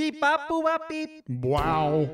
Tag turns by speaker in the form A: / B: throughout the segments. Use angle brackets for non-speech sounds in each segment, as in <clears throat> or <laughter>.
A: Yes,
B: Wow.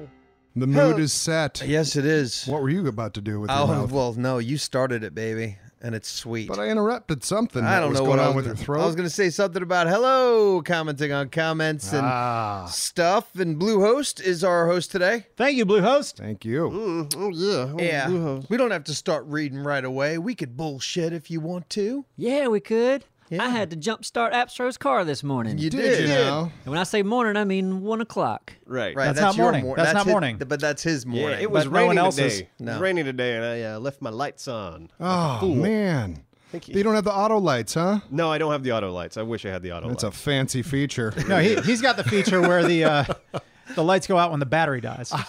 B: The mood is set.
A: it is.
B: What were you about to do with your
A: Oh
B: mouth?
A: well, no, you started it, baby, and it's sweet.
B: But I interrupted something.
A: I
B: that
A: don't
B: was
A: know
B: going
A: what I
B: on
A: was
B: with
A: gonna-
B: your throat.
A: I was going to say something about hello, commenting on comments and
B: Ah,
A: stuff. And Bluehost is our host today.
C: Thank you, Bluehost.
B: thank you.
D: Oh
B: Uh,
D: yeah. Oh,
A: yeah,
D: yeah.
A: we don't have to start reading right away. We could bullshit if you want to.
E: Yeah, we could. I had to jump start Abstro's car this morning.
A: You did,
B: you know?
E: and when I say morning, I mean one o'clock.
D: Right.
A: Right,
C: That's
A: that's,
C: not
A: your
C: morning. That's not
A: his-
C: morning.
A: but that's his
D: Yeah,
A: morning.
D: it was
C: But no
D: raining
C: one else's.
D: today. It
A: No.
D: was raining today, and I uh, left my lights on.
B: Oh man,
D: Thank
B: you don't have the auto lights, huh?
D: No, I don't have the auto lights. I wish I had the auto
B: That's a
D: lights.
B: fancy
A: <laughs>
B: feature.
C: No, he, he's got the feature where the <laughs> uh, the lights go out when the battery dies.
D: yeah.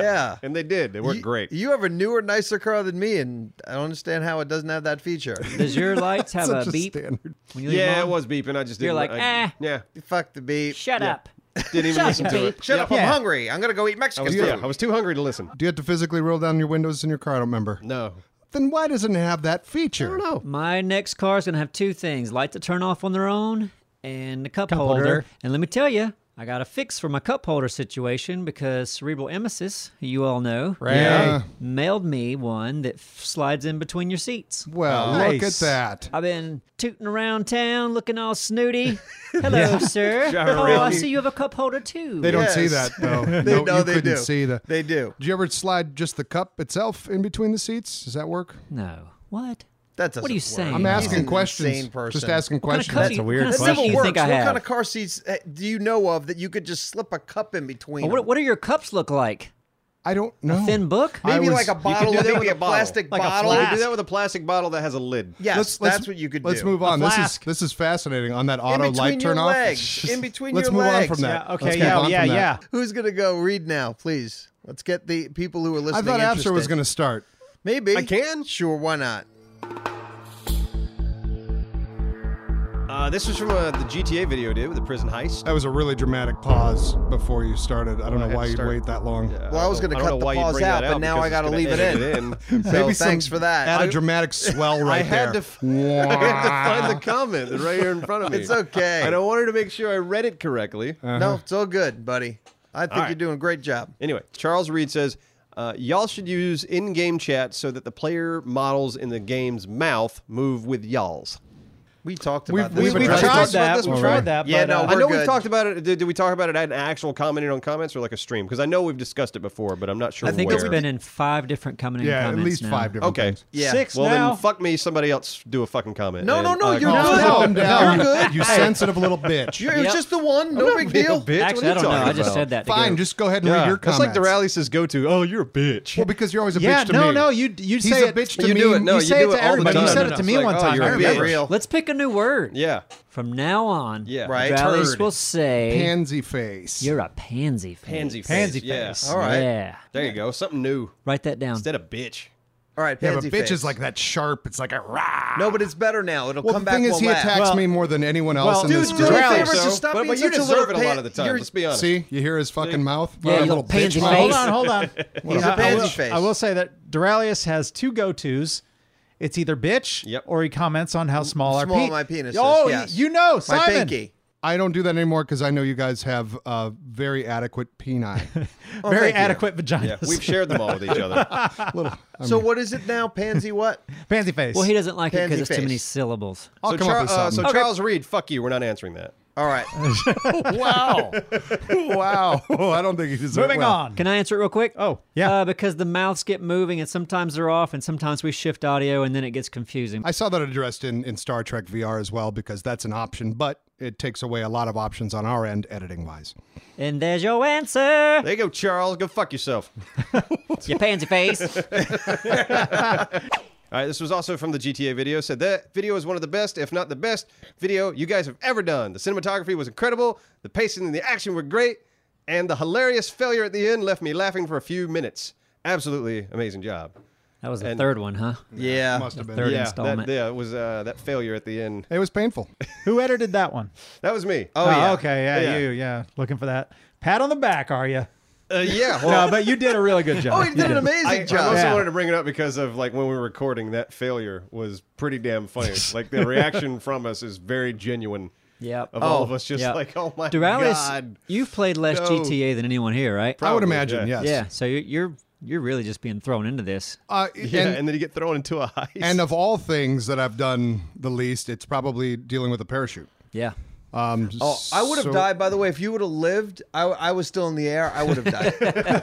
A: Yeah.
D: And they did. They worked great.
A: You have a newer, nicer car than me, and I don't understand how it doesn't have that
B: <laughs>
A: feature.
E: Does your lights have
B: Such
E: a beep
B: standard.
E: when you leave them
D: yeah, it
E: on?
D: was beeping. I just
E: You're
D: didn't.
E: like,
D: I,
E: "Eh."
D: Yeah.
A: Fuck the beep.
E: Shut
D: Yeah.
E: up.
D: Didn't even
E: Shut
D: listen
E: up,
D: to
E: babe.
D: it.
A: Shut
D: Yeah.
A: up! I'm
C: Yeah.
A: hungry. I'm gonna go eat
D: I
A: Mexican
D: was,
A: food.
D: yeah, I was too hungry to listen.
B: Do you have to physically roll down your windows in your car? I don't remember.
D: No.
B: Then why doesn't it have that feature? I don't know.
E: My next car is going to have two things lights that turn off on their own and the cup,
C: Cup
E: holder.
C: holder.
E: And let me tell you, I got a fix for my cup holder situation because Cerebral Emesis, who you all know,
B: Yeah.
E: mailed me one that f- slides in between your seats.
B: Well, look at
C: Nice.
B: that.
E: I've been tooting around town looking all snooty. Hello, sir.
D: Driving
E: Oh, I
D: around.
E: see you have a cup holder too.
B: They don't see that
A: Yes. <laughs>
B: though.
A: They-
B: no,
A: no,
B: you
A: they
B: couldn't
A: do.
B: see the.
A: They do.
B: Did you ever slide just the cup itself in between the seats? Does that work?
E: No. What?
A: That doesn't
E: What are you
A: work.
E: saying?
B: I'm
E: He's
B: asking
A: an
B: questions.
A: insane person.
B: Just asking
E: What kind of
B: questions.
E: cup
C: That's
E: do you-
C: a weird
E: what kind of
A: That
E: seat
C: question.
A: never
E: do you
A: works.
E: think I
A: what
E: have?
A: kind of car seats uh, do you know of that you could just slip a cup in between?
E: Well, what,
A: them?
E: what do your cups look like?
B: I don't know.
E: Thin book?
B: Oh. I
A: maybe
B: was-
A: like a
B: you
A: bottle,
D: do that
A: maybe
D: with
A: a
D: a bottle.
A: plastic
E: Like a
A: bottle.
E: flask.
D: You do that with a plastic bottle that has a lid.
A: Yes,
B: Let's- let's-
A: that's what you could
B: Let's
A: do.
B: move on. This is
C: flask.
B: this is fascinating. On that
A: In
B: auto
A: between
B: light
A: your
B: turn off.
A: legs. In between
B: Let's
A: your
B: move
A: legs.
B: on from that.
C: Yeah, okay,
B: Let's move
C: yeah,
B: on
C: yeah,
B: from that.
C: yeah.
A: Who's gonna go read now, please? Let's get the people who are
B: I
A: listening.
B: thought Absher was
A: interested.
B: going to start.
A: Maybe
D: I can?
A: Sure, why not?
D: Uh, this was from uh, the GTA video, dude, with the prison heist.
B: That was a really dramatic pause before you started. I don't know
D: had
B: why
D: to
B: you'd
D: start.
B: wait that long.
A: Well, I was going
D: don't-
A: to
D: Uh, don't
A: cut
D: know
A: the
D: why you'd
A: pause
D: bring that
A: out, but now
D: because
A: I
D: it's
A: got to
D: gonna
A: leave it
D: edit
A: in. <laughs>
D: in.
A: So
B: Maybe some-
A: thanks for that.
B: Add
A: I-
B: a dramatic swell
D: I
B: right
D: had
B: there.
D: to. F- <laughs> I had to find the comment that's right here in front of me.
A: It's okay. Uh.
D: And I wanted to make sure I read it correctly.
A: No, it's all good, buddy. I think
D: right.
A: you're doing a great job.
D: Anyway, Charles Reed says, uh, y'all should use in-game chat so that the player models in the game's mouth move with y'all's.
A: We talked
B: We've-
A: about
B: we've
A: this.
C: we
B: We've
A: already.
B: addressed
C: tried
B: this.
C: that.
D: This
C: We
D: was
C: tried
D: right.
C: that.
A: Yeah,
C: but,
A: no,
C: uh,
D: I know
A: good.
D: we've talked about it. Did, did we talk about it at an actual commenting on comments or like a stream? Because I know we've discussed it before, but I'm not sure
E: I think
D: where.
E: it's been in five different coming in
B: yeah, at
E: comments
B: least
E: now.
B: five different
D: Okay.
B: things.
A: Yeah.
C: Six
D: Well,
C: now.
D: then fuck me. Somebody else do a fucking comment.
A: No, no,
D: And,
A: no,
D: uh,
A: you're
D: comment.
A: good.
B: Calm down,
A: You're good.
B: You sensitive little bitch.
A: You're- It was
E: Yep.
A: just the one. No big
D: being a
A: deal.
E: Actually, I
D: bitch. What are you
E: don't know. I
D: talking
E: just
D: about?
E: said that. to
B: Fine,
E: get-
B: just go ahead and
D: Yeah.
B: read your
D: That's
B: comments.
D: like the rally says go to. Oh, you're a bitch.
B: Well, because you're always a
C: yeah,
B: bitch to
C: no,
B: me.
C: no, you you
B: He's
C: say
B: a bitch to
D: you
B: me.
D: do it. No,
C: you,
D: you
C: say
D: do
C: it
D: it all
C: to
D: the
C: everybody. You
D: time.
C: said
D: No,
C: it to
D: no,
C: me
D: it's
C: one
D: like, oh,
C: time. I
D: you're a
C: remember.
D: bitch.
A: real.
E: Let's pick a new word.
D: yeah.
E: From now on,
D: Yeah.
A: Right.
E: Valleys
A: Turd.
E: will say
B: Pansy face.
E: you're a pansy face.
D: Pansy face.
C: Pansy
D: Yeah.
C: face.
D: All right.
E: Yeah.
D: There you go. Something new
E: Write that down.
D: instead of bitch.
A: All right,
B: yeah, but
A: pansy
B: bitch
A: face.
B: is like that sharp. It's like a rah.
A: No, but it's better now. It'll
B: well,
A: come
B: the
A: back.
B: thing is,
A: we'll
B: he
A: laugh.
B: attacks
C: Well-
B: me more than anyone
C: well,
B: else in
C: dude,
B: this
C: do
B: group.
C: me a
D: Rally,
C: favor,
D: so-
A: just stop
D: but,
A: being
D: but you
A: such a
D: deserve it
A: little
D: a lot
A: pa-
D: of the time.
A: you're-
D: Let's be honest.
B: See, you hear his fucking mouth.
E: Yeah,
B: What a
E: you
B: little
E: little pansy
B: bitch
E: face.
B: mouth.
C: Hold on, hold on.
A: He's
C: I-
A: a
C: I
A: pansy
C: will-
A: face.
C: I will say that Duralius has two go-tos. It's either bitch
D: Yep.
C: or he comments on how small, our
A: small
C: pe-
A: my penis is,
C: Oh, y-
A: yes.
C: you know,
A: My
C: Simon.
A: pinky.
B: I don't do that anymore because I know you guys have uh, very adequate peni.
A: Oh,
C: Very
A: thank you.
C: adequate vaginas.
D: Yeah, we've shared them all with each other.
B: Little-
A: So what is it now? Pansy what?
C: <laughs> Pansy face.
E: well, he doesn't like it
A: Pansy
E: because it's too many
A: face.
E: syllables.
B: I'll
D: so
B: come
D: Char-
B: up with
D: uh,
B: something.
D: so Charles Reed, fuck you. We're not answering that.
B: <laughs>
A: All right.
E: <laughs>
B: wow, <laughs> wow. Oh, I don't think he deserves.
C: Moving
B: well,
C: on.
E: Can I answer it real quick?
C: Oh, yeah.
E: Uh, because the mouths get moving, and sometimes they're off, and sometimes we shift audio, and then it gets confusing.
B: I saw that addressed in, in Star Trek VR as well because that's an option, but it takes away a lot of options on our end, editing wise.
E: And there's your answer,
D: There you go, Charles. Go fuck yourself.
E: you pansy
D: <laughs>
E: face.
D: All right, this was also from the GTA video. Said that video is one of the best, if not the best, video you guys have ever done. The cinematography was incredible, the pacing and the action were great, and the hilarious failure at the end left me laughing for a few minutes. Absolutely amazing job.
E: That was the
D: And-
E: third one, huh?
A: Yeah.
B: Must have been.
E: Third
D: Yeah, that,
E: installment.
D: yeah, it was uh, that failure at the end.
B: It was painful.
C: Who edited that one?
D: That was me.
A: Oh, yeah.
C: okay. Yeah,
D: Yeah.
C: you. Yeah, looking for that. Pat on the back, are you?
D: Uh,
C: <laughs>
D: yeah. Well,
C: No, but you did a really good job.
A: Oh, he did an amazing
D: I, I
A: job.
D: also
C: Yeah.
D: wanted to bring it up because of like when we were recording, that failure was pretty damn funny. like the reaction from us is very genuine.
E: Yep.
D: Of all
A: Oh,
D: of us, just
E: yeah.
D: like, oh my
E: Duralis,
D: god.
E: you've played less
D: No.
E: GTA than anyone here, right?
B: I would
D: Probably,
B: imagine,
D: yeah.
B: yes.
E: Yeah. So you're, you're you're really just being thrown into this.
B: Uh,
D: Yeah,
B: and-
D: and, then you get thrown into a heist.
B: And of all things that I've done the least, it's probably dealing with a parachute.
E: Yeah.
B: Um,
A: Oh, I would have
B: so-
A: died. By the way, if you would have lived, I, I was still in the air. I would
B: <laughs>
A: have died.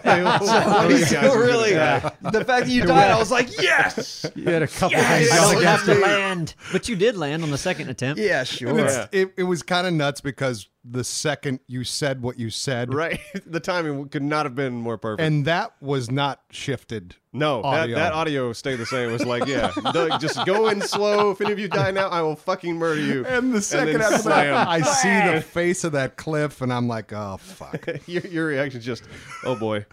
A: <laughs>
D: Oh,
A: He's
D: these guys
A: still
D: are
A: really,
D: gonna
A: <laughs>
D: die.
A: the fact that you died, I was
B: <laughs>
A: like, yes,
C: You had a couple
E: I
C: things.
D: Yes!
E: don't
D: Exactly.
E: have to land, but you did land on the second attempt.
A: <laughs> yeah,
B: And
A: sure.
B: it's- It, it was kind of nuts because the second you said what you said,
D: <laughs> Right. The timing could not have been more perfect.
B: and that was not shifted.
D: no,
B: audio.
D: That, that audio stayed the same. It was like, yeah, Doug, just go in slow. If any of you die now, I will fucking murder you.
B: And the second
D: then
B: after that,
D: slam.
B: I see the face of that cliff, and I'm like, oh
D: <laughs>
B: fuck.
D: <laughs> your, your reaction is just,
B: <laughs>
D: oh boy.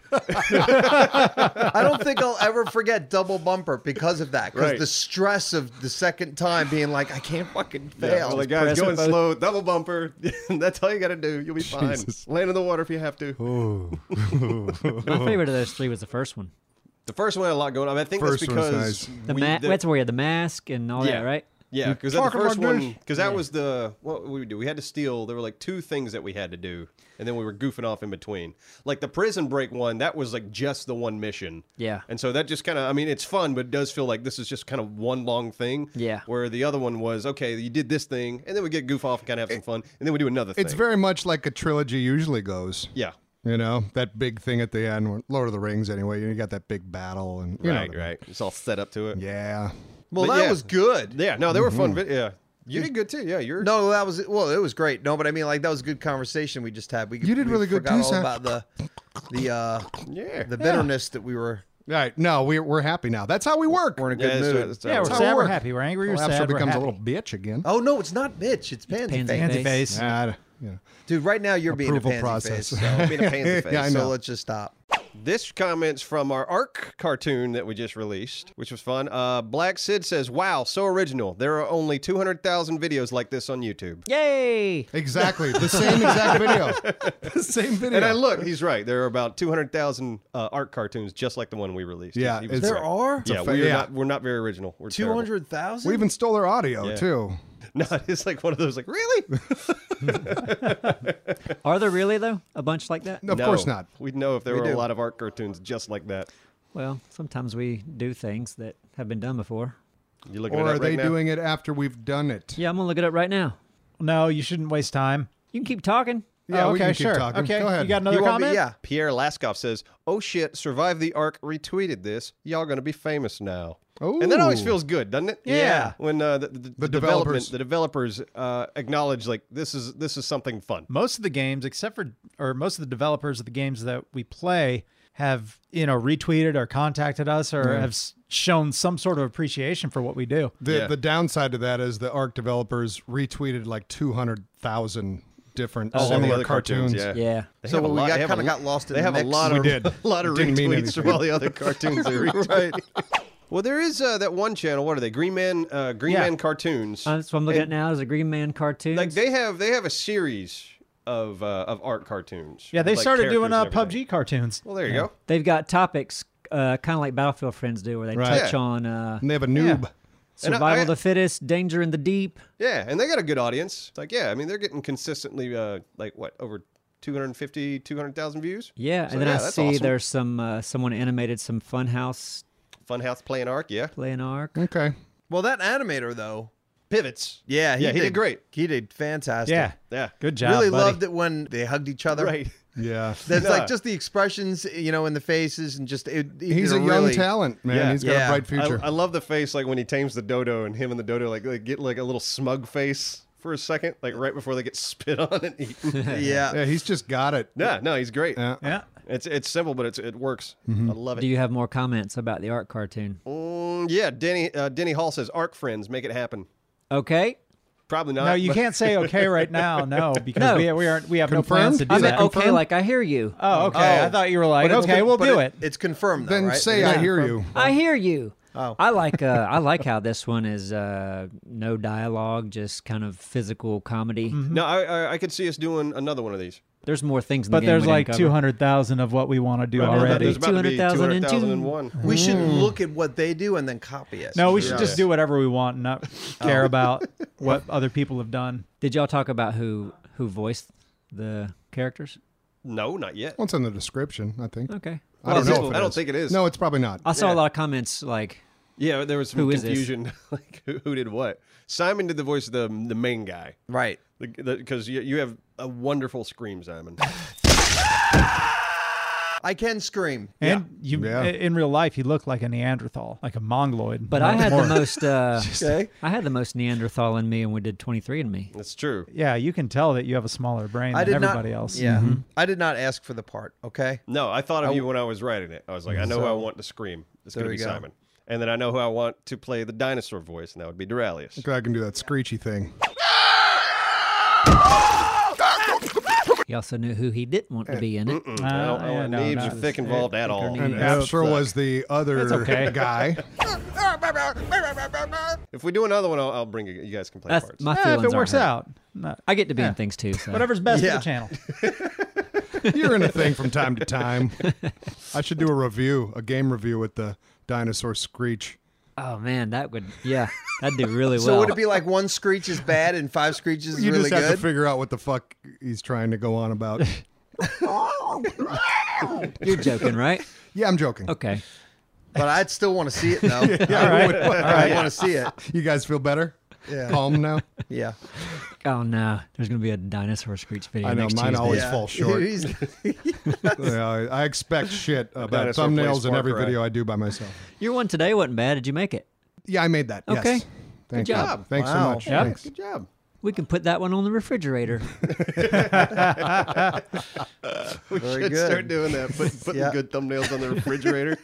A: I don't think I'll ever forget double bumper because of that. Because
D: Right.
A: the stress of the second time being like, I can't fucking fail.
D: Yeah, well, like, guys,
E: press
D: go
E: it
D: in
E: both-
D: slow, double bumper. <laughs> That's all you got to do. You'll be
B: Jesus. Oh.
D: fine. Land in the water if you have to.
E: My favorite of those three was the first one.
D: The first one had a lot going on. I think
B: First
D: that's
B: one's
D: because
B: nice.
E: The
D: we-
E: ma-
D: the-
E: that's where you had the mask and all
D: Yeah.
E: that, right?
D: Yeah, because the
B: talking
D: first
B: about
D: one,
B: this?
D: because that was the what we do. We had to steal. There were like two things that we had to do, and then we were goofing off in between. Like the prison break one, that was like just the one mission.
E: Yeah.
D: and so that just kind of, I mean, it's fun, but it does feel like this is just kind of one long thing.
E: Yeah.
D: Where the other one was okay, you did this thing, and then we get goof off and kind of have some fun, and then we do another thing.
B: It's very much like a trilogy usually goes.
D: yeah,
B: You know that big thing at the end, Lord of the Rings. Anyway, you got that big battle, and you know
D: right,
B: the-
D: right. It's all set up to it.
B: Yeah, Mm-hmm.
A: well,
D: but
A: that
D: yeah.
A: was good.
D: yeah. No, they were fun. But yeah, you did good too. Yeah, you're
A: No, that was well. It was great. No, but I mean, like that was a good conversation we just had. We
B: You did
A: we
B: really good
A: forgot
B: too,
A: all
B: Sam.
A: about the the uh,
D: yeah.
A: the bitterness that we were
B: All right. No, we're we're happy now. That's how we work.
A: we're in a
D: Yeah,
A: good
D: that's right,
A: mood.
D: that's right.
C: Yeah, we're
B: That's how
C: sad.
B: it
C: We're
B: works.
C: happy. We're angry. We're
B: Well, after
C: sad. We're
B: becomes
C: happy.
B: a little bitch again.
A: Oh no, it's not bitch. It's pansy,
E: pansy
A: face.
C: Pansy face.
B: Nah, I don't- you know.
A: Dude, right now you're being a
B: Approval
A: pansy
B: process.
A: face. So I'm being a pansy face.
B: Yeah, I know.
A: So let's just stop.
D: This comment's from our ARC cartoon that we just released, which was fun. Uh, Black Sid says, Wow, so original. There are only 200,000 videos like this on YouTube.
E: Yay!
B: Exactly. The same exact
D: <laughs>
B: video. The same video.
D: And I look, he's right. There are about 200,000 uh, ARC cartoons just like the one we released.
B: Yeah,
D: He was
B: it's-
A: There
D: right.
A: are
D: Yeah,
B: a fa-
D: we're,
B: yeah.
D: Not, we're not very original. We're
A: two
D: terrible. <laughs>
A: hundred
B: we
A: thousand.
B: even stole their audio too.
D: No, it's like one of those,
B: <laughs>
D: like, really?
E: Are there really though a bunch like that?
B: Of
D: No.
B: course not.
D: We'd know if there
A: We
D: were
A: do.
D: a lot of ARC cartoons just like that.
E: Well, sometimes we do things that have been done before.
D: You looking
B: Or
D: at
B: are
D: it
B: they
D: right now?
B: doing it after we've done it?
E: Yeah, I'm gonna look it up right now.
C: No, you shouldn't waste time.
E: You can keep talking.
B: Yeah,
C: oh,
B: we
C: okay,
B: can keep
C: sure.
B: talking.
C: Okay,
B: Go ahead.
C: you got another
A: You want me-
C: comment?
A: yeah.
D: Pierre Laskoff says, "Oh shit, survive the arc." Retweeted this. Y'all gonna be famous now. and that always
B: Ooh.
D: feels good, doesn't it?
A: Yeah.
D: When uh, the, the, the
B: developers.
D: development, the developers uh, acknowledge like this is this is something fun.
C: Most of the games, except for or most of the developers of the games that we play, have you know retweeted or contacted us or have s- shown some sort of appreciation for what we do.
B: The
D: Yeah.
B: the downside to that is the ARC developers retweeted like two hundred thousand different
D: Oh, All the
B: similar
D: other cartoons,
B: cartoons.
D: yeah.
E: Yeah.
D: They
A: So
D: have a
A: we
D: lot-
A: got
D: they have a
A: kind of
D: lo-
A: got lost in
D: They
A: the
D: have a
A: mix.
D: lot
B: We
D: of
B: did.
D: a <laughs> lot of
B: Didn't mean
D: retweets from
B: anything.
D: all the other cartoons they retweet. Well, there is uh, that one channel. What are they? Green Man, uh, Green
C: Yeah.
D: Man cartoons.
E: Uh, that's what I'm looking at now is a Green Man cartoon.
D: like they have they have a series of uh, of art cartoons.
C: Yeah, they
D: with, like,
C: started doing
D: characters
C: uh,
D: and everything.
C: PUBG cartoons.
D: Well, there you go.
E: They've got topics uh, kind of like Battlefield Friends do, where they
B: Right.
E: touch
D: Yeah.
E: on uh,
B: And they have a noob.
D: And I-
E: survival
D: I-
E: of the fittest, danger in the deep.
D: Yeah, and they got a good audience. It's like, yeah, I mean, they're getting consistently uh, like what over 250, 200,000 views.
E: Yeah,
D: So,
E: and then I
D: that's
E: see
D: awesome.
E: there's some uh, someone animated some Funhouse
D: Funhouse playing arc. Yeah,
E: playing arc.
B: Okay.
A: Well, that animator though.
D: pivots.
A: Yeah, he,
D: Yeah, he did great.
A: He did fantastic.
C: Yeah,
D: Yeah,
C: good job.
A: really
C: buddy.
A: loved it when they hugged each other.
D: Right.
B: Yeah.
A: That's
D: Yeah.
A: like just the expressions, you know, in the faces and just it, he
B: He's
A: did
B: a young
A: really-
B: talent, man.
D: Yeah.
B: He's got
A: Yeah.
B: a bright
D: I,
B: future.
D: I love the face like when he tames the dodo and him and the dodo like they get like a little smug face for a second, like right before they get <laughs> spit on and
E: <laughs>
D: eaten.
B: <laughs>
A: Yeah.
B: yeah, he's just got it.
D: yeah, no, he's great.
B: Yeah.
C: Yeah.
D: It's it's simple, but it's it works. I love it.
E: Do you have more comments about the art cartoon?
D: Mm, yeah, Denny uh, Denny Hall says arc friends make it happen.
E: Okay.
D: Probably not.
C: No, you
D: Uh, but-
C: can't say okay right now. No, because
E: No.
C: we, we aren't. We have
B: Confirmed?
C: no plans to do
E: I meant
C: that.
E: okay, like I hear you.
C: Oh, okay.
A: Oh.
C: I thought you were like,
A: But it's
C: okay,
A: con-
C: we'll
A: but
C: do it.
A: It's confirmed though,
B: Then
A: right?
B: say
A: It is
B: I hear
A: confirmed.
B: you.
E: I hear you.
A: Oh.
E: I like
C: <laughs>
E: uh, I like how this one is uh, no dialogue, just kind of physical comedy.
D: <laughs>
C: Mm-hmm.
D: No, I, I I could see us doing another one of these.
E: There's more things, in the
C: But
E: game
C: there's
E: we didn't
C: like
E: cover.
C: two hundred thousand of what we want to do
D: Right,
C: already.
D: There's about to be
E: 200,000 and two.
D: 200,001.
A: We should look at what they do and then copy it.
C: No, we should
D: Yeah.
C: just do whatever we want and not care about what other people have done.
E: Did y'all talk about who who voiced the characters?
D: No, not yet.
B: Once in the description, I think.
E: Okay.
B: I don't
D: Is
B: know. if
D: it-
B: it
D: I don't
B: is.
D: think it is.
B: No, it's probably not.
E: I saw
D: Yeah.
E: a lot of comments like
D: Yeah, there was some
E: Who is this?
D: confusion. <laughs> like who, who did what? Simon did the voice of the the main guy.
A: Right.
D: Because you, you have a wonderful scream, Simon.
A: I can scream.
C: And you,
B: Yeah.
C: in real life, he looked like a Neanderthal, like a mongoloid.
E: But
C: not
E: I had
C: more.
E: the most.
C: <laughs>
E: Uh,
A: Okay.
E: I had the most Neanderthal in me, and we did 23 in me.
D: That's true.
C: Yeah, you can tell that you have a smaller brain
A: I
C: than
A: did
C: everybody
A: not,
C: else.
A: Yeah. I did not ask for the part, okay?
D: No, I thought of you when I was writing it. I was like, I know who I want to scream. It's going to
A: There
D: be
A: we go.
D: Simon. And then I know who I want to play the dinosaur voice, and that would be Duralius.
B: I can do that screechy thing.
E: He also knew who he didn't want to be in it.
D: I don't,
C: Uh,
D: I don't
C: yeah,
D: want
C: no,
D: names
C: no.
D: or thick involved at all.
B: And
C: Yeah,
B: Astra was the other
C: okay.
B: <laughs> guy.
D: If we do another one, I'll, I'll bring you. You guys can play
E: That's
D: parts.
E: my
C: Eh,
E: feelings.
C: if it
E: aren't
C: works
E: hurt.
C: out, no.
E: I get to be in things too. So.
C: whatever's best
A: Yeah.
C: for the channel.
B: You're in a thing from time to time. I should do a review, a game review with the dinosaur screech.
E: Oh man, that would yeah, that'd do
C: <laughs>
E: really well.
A: So would it be like one screech is bad and five screeches is
B: You
A: really
B: just have
A: good?
B: to figure out what the fuck he's trying to go on
D: <laughs>
B: about.
E: You're
C: <laughs>
E: joking, right?
B: yeah, I'm joking.
E: Okay.
A: but I'd still want to see it though. yeah,
C: All <laughs> right.
A: <laughs>
D: <laughs>
A: I want to see it.
B: You guys feel better?
A: Yeah.
B: Calm
D: <laughs>
B: now?
A: Yeah.
E: Oh no, there's gonna be a dinosaur screech video.
B: I know,
E: next
B: mine
E: Tuesday.
B: always-
A: yeah.
B: fall short.
A: <laughs> He's-
B: Yeah, I I expect shit about
D: dinosaur plays
B: thumbnails in
D: Far
B: every
D: Cry.
B: video I do by myself.
E: Your one today wasn't bad. Did you make it?
B: Yeah, I made that. yes.
E: Okay.
B: Thank
E: Good
B: you.
E: job.
B: Thanks
A: Wow.
B: so much.
C: Yeah.
B: Thanks.
D: Good job.
E: We can put that one on the
B: <laughs>
E: refrigerator.
D: <laughs> We
A: Very
D: should
A: good.
D: start doing that. Put, putting
A: Yeah.
D: good thumbnails on the refrigerator.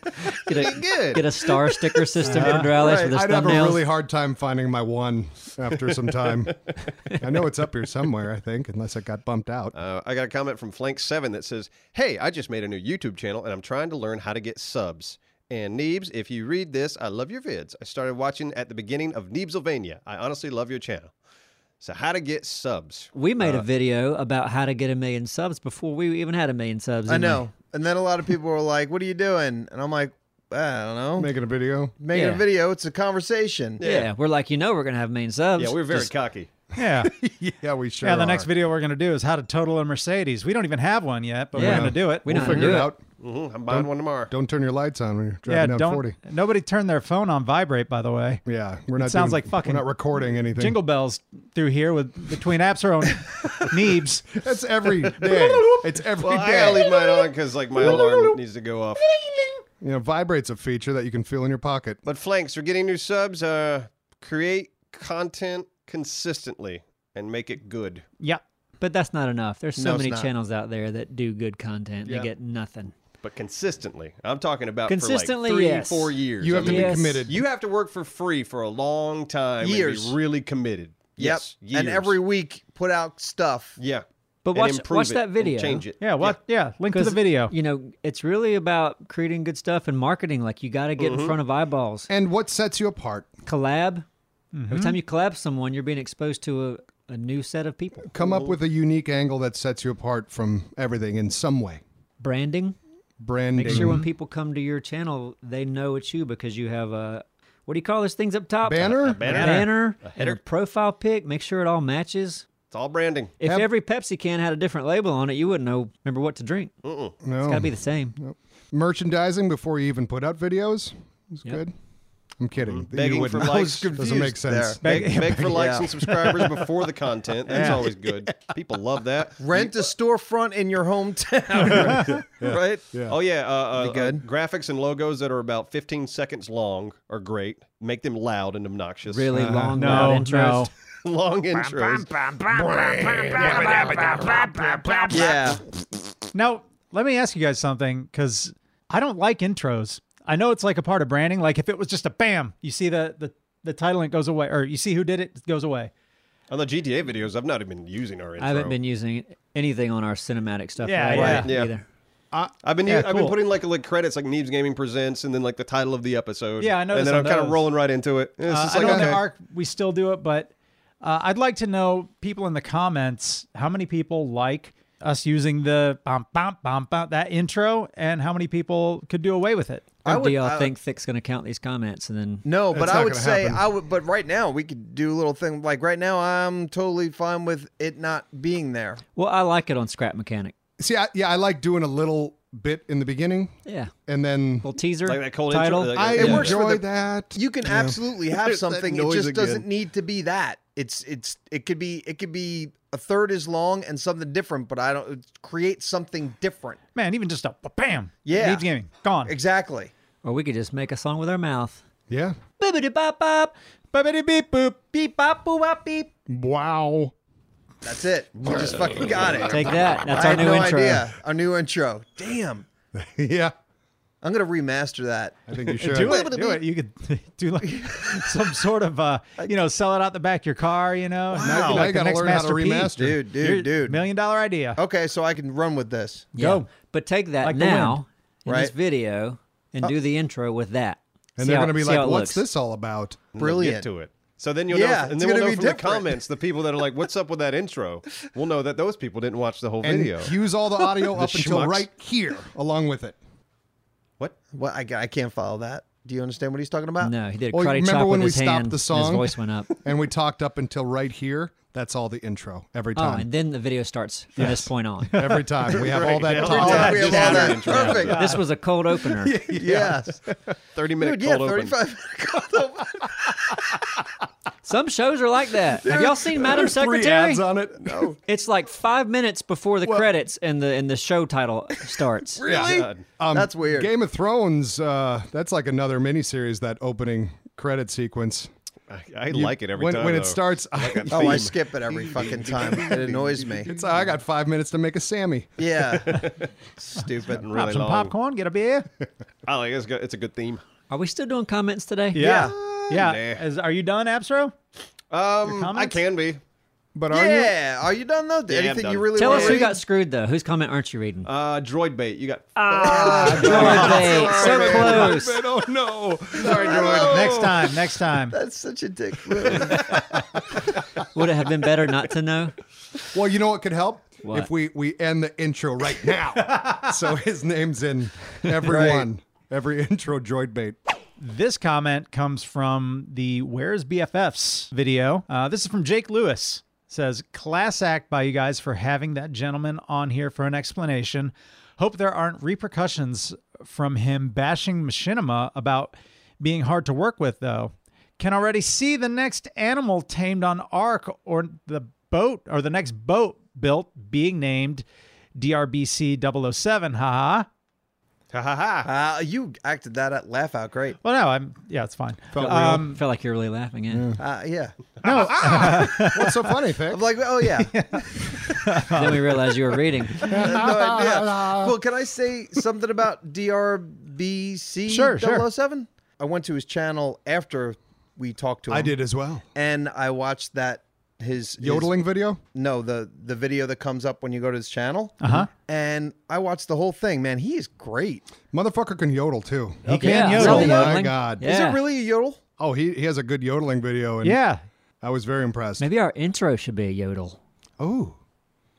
E: Get a,
D: good.
E: Get a star sticker system
B: Uh,
E: for Dralis with his
B: I'd have a
E: thumbnails.
B: really hard time finding my one after some time. I know it's up here somewhere, I think, unless it got bumped out.
D: Uh, I got a comment from Flank7 that says, Hey, I just made a new YouTube channel and I'm trying to learn how to get subs. And Neebs, if you read this, I love your vids. I started watching at the beginning of Neebsylvania. I honestly love your channel. So, how to get subs.
E: we made
B: Uh.
E: a video about how to get a million subs before we even had a million subs.
A: I
E: didn't we?
A: know. And then a lot of people were like, "What are you doing?" And I'm like, "I don't know.
B: Making a video.
A: Making
E: Yeah.
A: a video. It's a conversation."
E: Yeah. we're like, you know, we're gonna have a million subs.
D: Yeah, we were very
E: Just-
D: cocky.
C: Yeah,
B: Yeah, we sure.
C: yeah. The
B: are.
C: next video we're gonna do is how to total a Mercedes. We don't even have one yet, but
E: Yeah.
C: we're gonna do it.
E: We
B: We'll
E: know how to
B: figure
E: do
B: it
E: it.
B: out.
D: Mhm, I'm buying one tomorrow.
B: Don't turn your lights on when you're driving
C: yeah,
B: down
C: don't.
B: 40.
C: Nobody turn their phone on vibrate. By the way,
B: Yeah, we're not.
C: sounds
B: doing-
C: like fucking
B: We're not recording anything.
C: jingle bells through here with between apps or on
D: <laughs>
C: Neebs.
B: That's every day. it's every day.
D: Well, I gotta leave mine on
B: <laughs>
D: because like my alarm needs to go off.
B: You know, vibrates a feature that you can feel in your pocket.
D: But Flanks, we're getting new subs. Uh, create content consistently and make it good.
C: Yeah.
E: But that's not enough. There's so
A: No, it's
E: many
A: not.
E: channels out there that do good content.
D: Yeah.
E: They get nothing.
D: But consistently, I'm talking about
E: Consistently,
D: for like three,
E: yes.
D: four years.
B: You
D: I
B: have to
D: mean,
E: Yes.
B: be committed.
D: You have to work for free for a long time.
A: Years.
D: And be really committed.
A: Yep.
D: Yes.
A: and
D: years.
A: every week put out stuff.
D: yeah.
E: But
D: And
E: watch-
D: improve
E: watch
D: it
E: that
D: and
E: video.
D: change it.
C: Yeah, what? Yeah, link to the
E: 'Cause,
C: video.
E: You know, it's really about creating good stuff and marketing. Like you got to get
B: Mm-hmm.
E: in front of eyeballs.
B: And what sets you apart?
E: Collab. Every time you collab someone, you're being exposed to a, a new set of people.
B: Come up with a unique angle that sets you apart from everything in some way.
E: Branding.
B: Branding.
E: Make sure when people come to your channel, they know it's you because you have a what do you call those things up top?
B: Banner?
E: A
D: Banner.
E: banner. and A
D: header.
E: profile pic. Make sure it all matches.
D: It's all branding.
E: If
B: Have-
E: every Pepsi can had a different label on it, you wouldn't know remember what to drink.
B: no.
E: It's got to be the same.
B: Merchandising before you even put out videos is good. I'm kidding.
D: Mm-hmm. Begging
B: you
D: for
B: wouldn't.
D: likes. I
B: <laughs>
D: was
B: Doesn't make sense.
A: there.
D: Beg, beg for likes
A: Yeah.
D: and subscribers before the content. That's always good. People love that.
A: Rent a storefront in your hometown. Right?
B: Yeah.
D: Oh yeah, uh, uh,
A: Be good.
D: uh, graphics and logos that are about 15 seconds long are great. Make them loud and obnoxious.
E: Really long,
C: no,
E: loud intros.
D: <laughs>
C: no.
D: long intros.
A: Yeah.
C: Now, let me ask you guys something because I don't like intros. I know it's like a part of branding. Like if it was just a bam, you see the the the title and it goes away, or you see who did it, it goes away.
D: On the GTA videos, I've not even been using our intro.
E: I haven't been using anything on our cinematic stuff.
C: Yeah,
E: that I
C: yeah.
E: like
D: Yeah.
E: Either.
B: I,
D: I've been
C: Yeah,
D: I've been
C: cool.
D: putting like like credits like Neves Gaming presents and then like the title of the episode.
C: Yeah, I
D: And
C: noticed
D: then
C: on
D: I'm kind of
C: those.
D: rolling right into it. And It's
C: Uh,
D: just
C: I
D: like,
C: know in
D: <laughs>
C: the
D: okay.
C: arc we still do it, but uh, I'd like to know people in the comments how many people like us using the bum, bum, bum, bum, that intro, and how many people could do away with it.
A: I
E: Or
A: would-
E: do y'all
A: I-
E: think Thick's going to count these comments and then?
A: No, but
B: That's
A: I
B: not
A: would
B: gonna
A: say
B: happen.
A: I would. But right now we could do a little thing. Like right now, I'm totally fine with it not being there.
E: Well, I like it on Scrap Mechanic.
B: see, I, yeah, I like doing a little bit in the beginning,
E: Yeah,
B: and then
E: little teaser,
D: Like that cold
E: title.
D: intro, like-
B: I
D: It
B: enjoy
A: works for the-
B: that.
A: You can
D: <laughs>
A: absolutely have
D: There's that
A: something. It
D: noise
A: just
D: again.
A: doesn't need to be that. It's it's it could be it could be a third as long and something different. But I don't create something different.
C: Man, even just a bam,
A: Yeah.
C: Needs gaming gone.
A: Exactly.
E: or we could just make a song with our mouth.
B: yeah.
E: Bibbidi bop bop, bibbidi beep boop, beep bop boop bop beep.
B: Wow. <laughs>
A: That's it. You just fucking got it.
E: Take that. That's
A: I
E: our
A: had
E: new
A: no
E: intro.
A: idea. Our new intro. Damn.
B: yeah.
A: I'm gonna remaster that.
B: I think you should.
C: Do it, do it. You could <laughs> do like some sort of, uh, you know, sell it out the back of your car, you know. and that'd be
B: Now
C: like
B: you
C: the
B: got to
C: next
B: learn how to
C: Master P.
B: remaster. Oh,
A: Dude, dude,
C: Your
A: dude.
C: million dollar idea.
A: Okay, so I can run with this.
E: Yeah.
C: Go.
E: But take that
C: Like the
E: now in this
A: Right.
E: video and do the intro with that.
B: Uh, And
E: See
B: they're
E: how-
B: going to be
E: see how
B: like,
E: it
B: what's
E: looks."
B: this all about?
A: Brilliant.
D: Get to it. So then you'll
A: Yeah,
D: know, and
A: it's
D: then we'll
A: gonna
D: know
A: be
D: from the
A: different.
D: comments, the people that are like, "What's up with that intro?" We'll know that those people didn't watch the whole
B: And
D: video.
B: use all the
D: <laughs>
B: audio up until
D: schmucks.
B: right here along with it.
D: What?
A: Well, I, I can't follow that. Do you understand what he's talking about?
E: No, he did a
B: Oh, you
E: karate
B: remember
E: chop
B: when
E: with his
B: we stopped
E: hand.
B: the
E: and
B: song?
E: His voice went
B: <laughs>
E: up.
B: And we talked up until right here. That's all the intro every
E: Oh,
B: time.
E: and then the video starts from this point
B: <laughs>
E: on. <laughs>
B: every time. We have all that
A: Oh,
D: Right.
B: talk.
D: Yeah.
A: we have all
D: Just
A: that.
D: intro.
A: Perfect.
E: This was a cold opener.
B: <laughs>
A: Yes.
D: Thirty minute
A: Dude, yeah,
D: cold open.
A: 35
E: Some shows are like that. Have y'all seen Madam Secretary?
B: on it. No.
E: It's like five minutes before the credits and the and the show title
B: <laughs>
E: starts.
A: Really?
D: God.
A: That's weird.
B: Um, Game of Thrones, uh, that's like another miniseries, that opening credit sequence.
D: I, I like it every
B: when,
D: time.
B: When
D: though.
B: it starts, <laughs> I,
A: oh, I skip it every fucking time. It annoys me.
B: <laughs> it's, I got five minutes to make a Sammy.
A: Yeah.
D: stupid and
C: Pop
D: really
C: some
D: long.
C: popcorn, get a beer.
D: I like it. it's good. It's a good theme.
E: Are we still doing comments today?
C: Yeah. Yeah.
D: Nah.
C: Is- are you done, Abstro?
D: Um, I
C: comments?
D: can be.
B: But are you?
A: yeah. Are you done though?
D: I'm
A: Anything
D: done.
A: you really
E: Tell
A: want
E: us
A: to
E: who
A: read?
E: got screwed though. Whose comment aren't you reading?
D: Uh, droid bait. You got.
A: Uh,
E: Jorge, so
D: <laughs>
E: close.
B: Oh, no.
D: sorry, droid.
C: Next time. Next time.
A: <laughs> That's such a dick move.
E: Would it have been better not to <laughs> know?
B: Well, you know what could help?
E: What?
B: If we, we end the intro right now. so his name's in every one, every <laughs> intro droid bait.
C: This comment comes from the Where's BFFs video. Uh, this is from Jake Lewis. Says, class act by you guys for having that gentleman on here for an explanation. Hope there aren't repercussions from him bashing Machinima about being hard to work with, though. Can already see the next animal tamed on Ark or the boat or the next boat built being named DRBC 007. Haha.
D: Ha ha ha.
A: Uh, you acted that at laugh out great.
C: Well, no, I'm, yeah, it's fine.
E: Um, felt like you were really laughing. Yeah.
A: Uh, yeah.
B: What's so funny, Vic?
A: I'm like, oh yeah.
E: then we realized you were reading.
A: no idea.
E: <laughs>
A: Well, can I say something about DRBC
C: Sure, sure.
A: 007? I went to his channel after we talked to him.
B: I did as well.
A: And I watched that his his-
B: Yodeling video?
A: no, the the video that comes up when you go to his channel.
C: Uh-huh.
A: And I watched the whole thing. Man, he is great.
B: Motherfucker can yodel too.
C: He can
E: yeah,
C: yodel.
E: really
B: Oh my
E: yodeling.
B: God.
E: Yeah.
A: Is it really a yodel?
B: Oh, he, he has a good yodeling video, and
C: Yeah.
B: I was very impressed.
E: Maybe our intro should be a yodel.
B: Oh,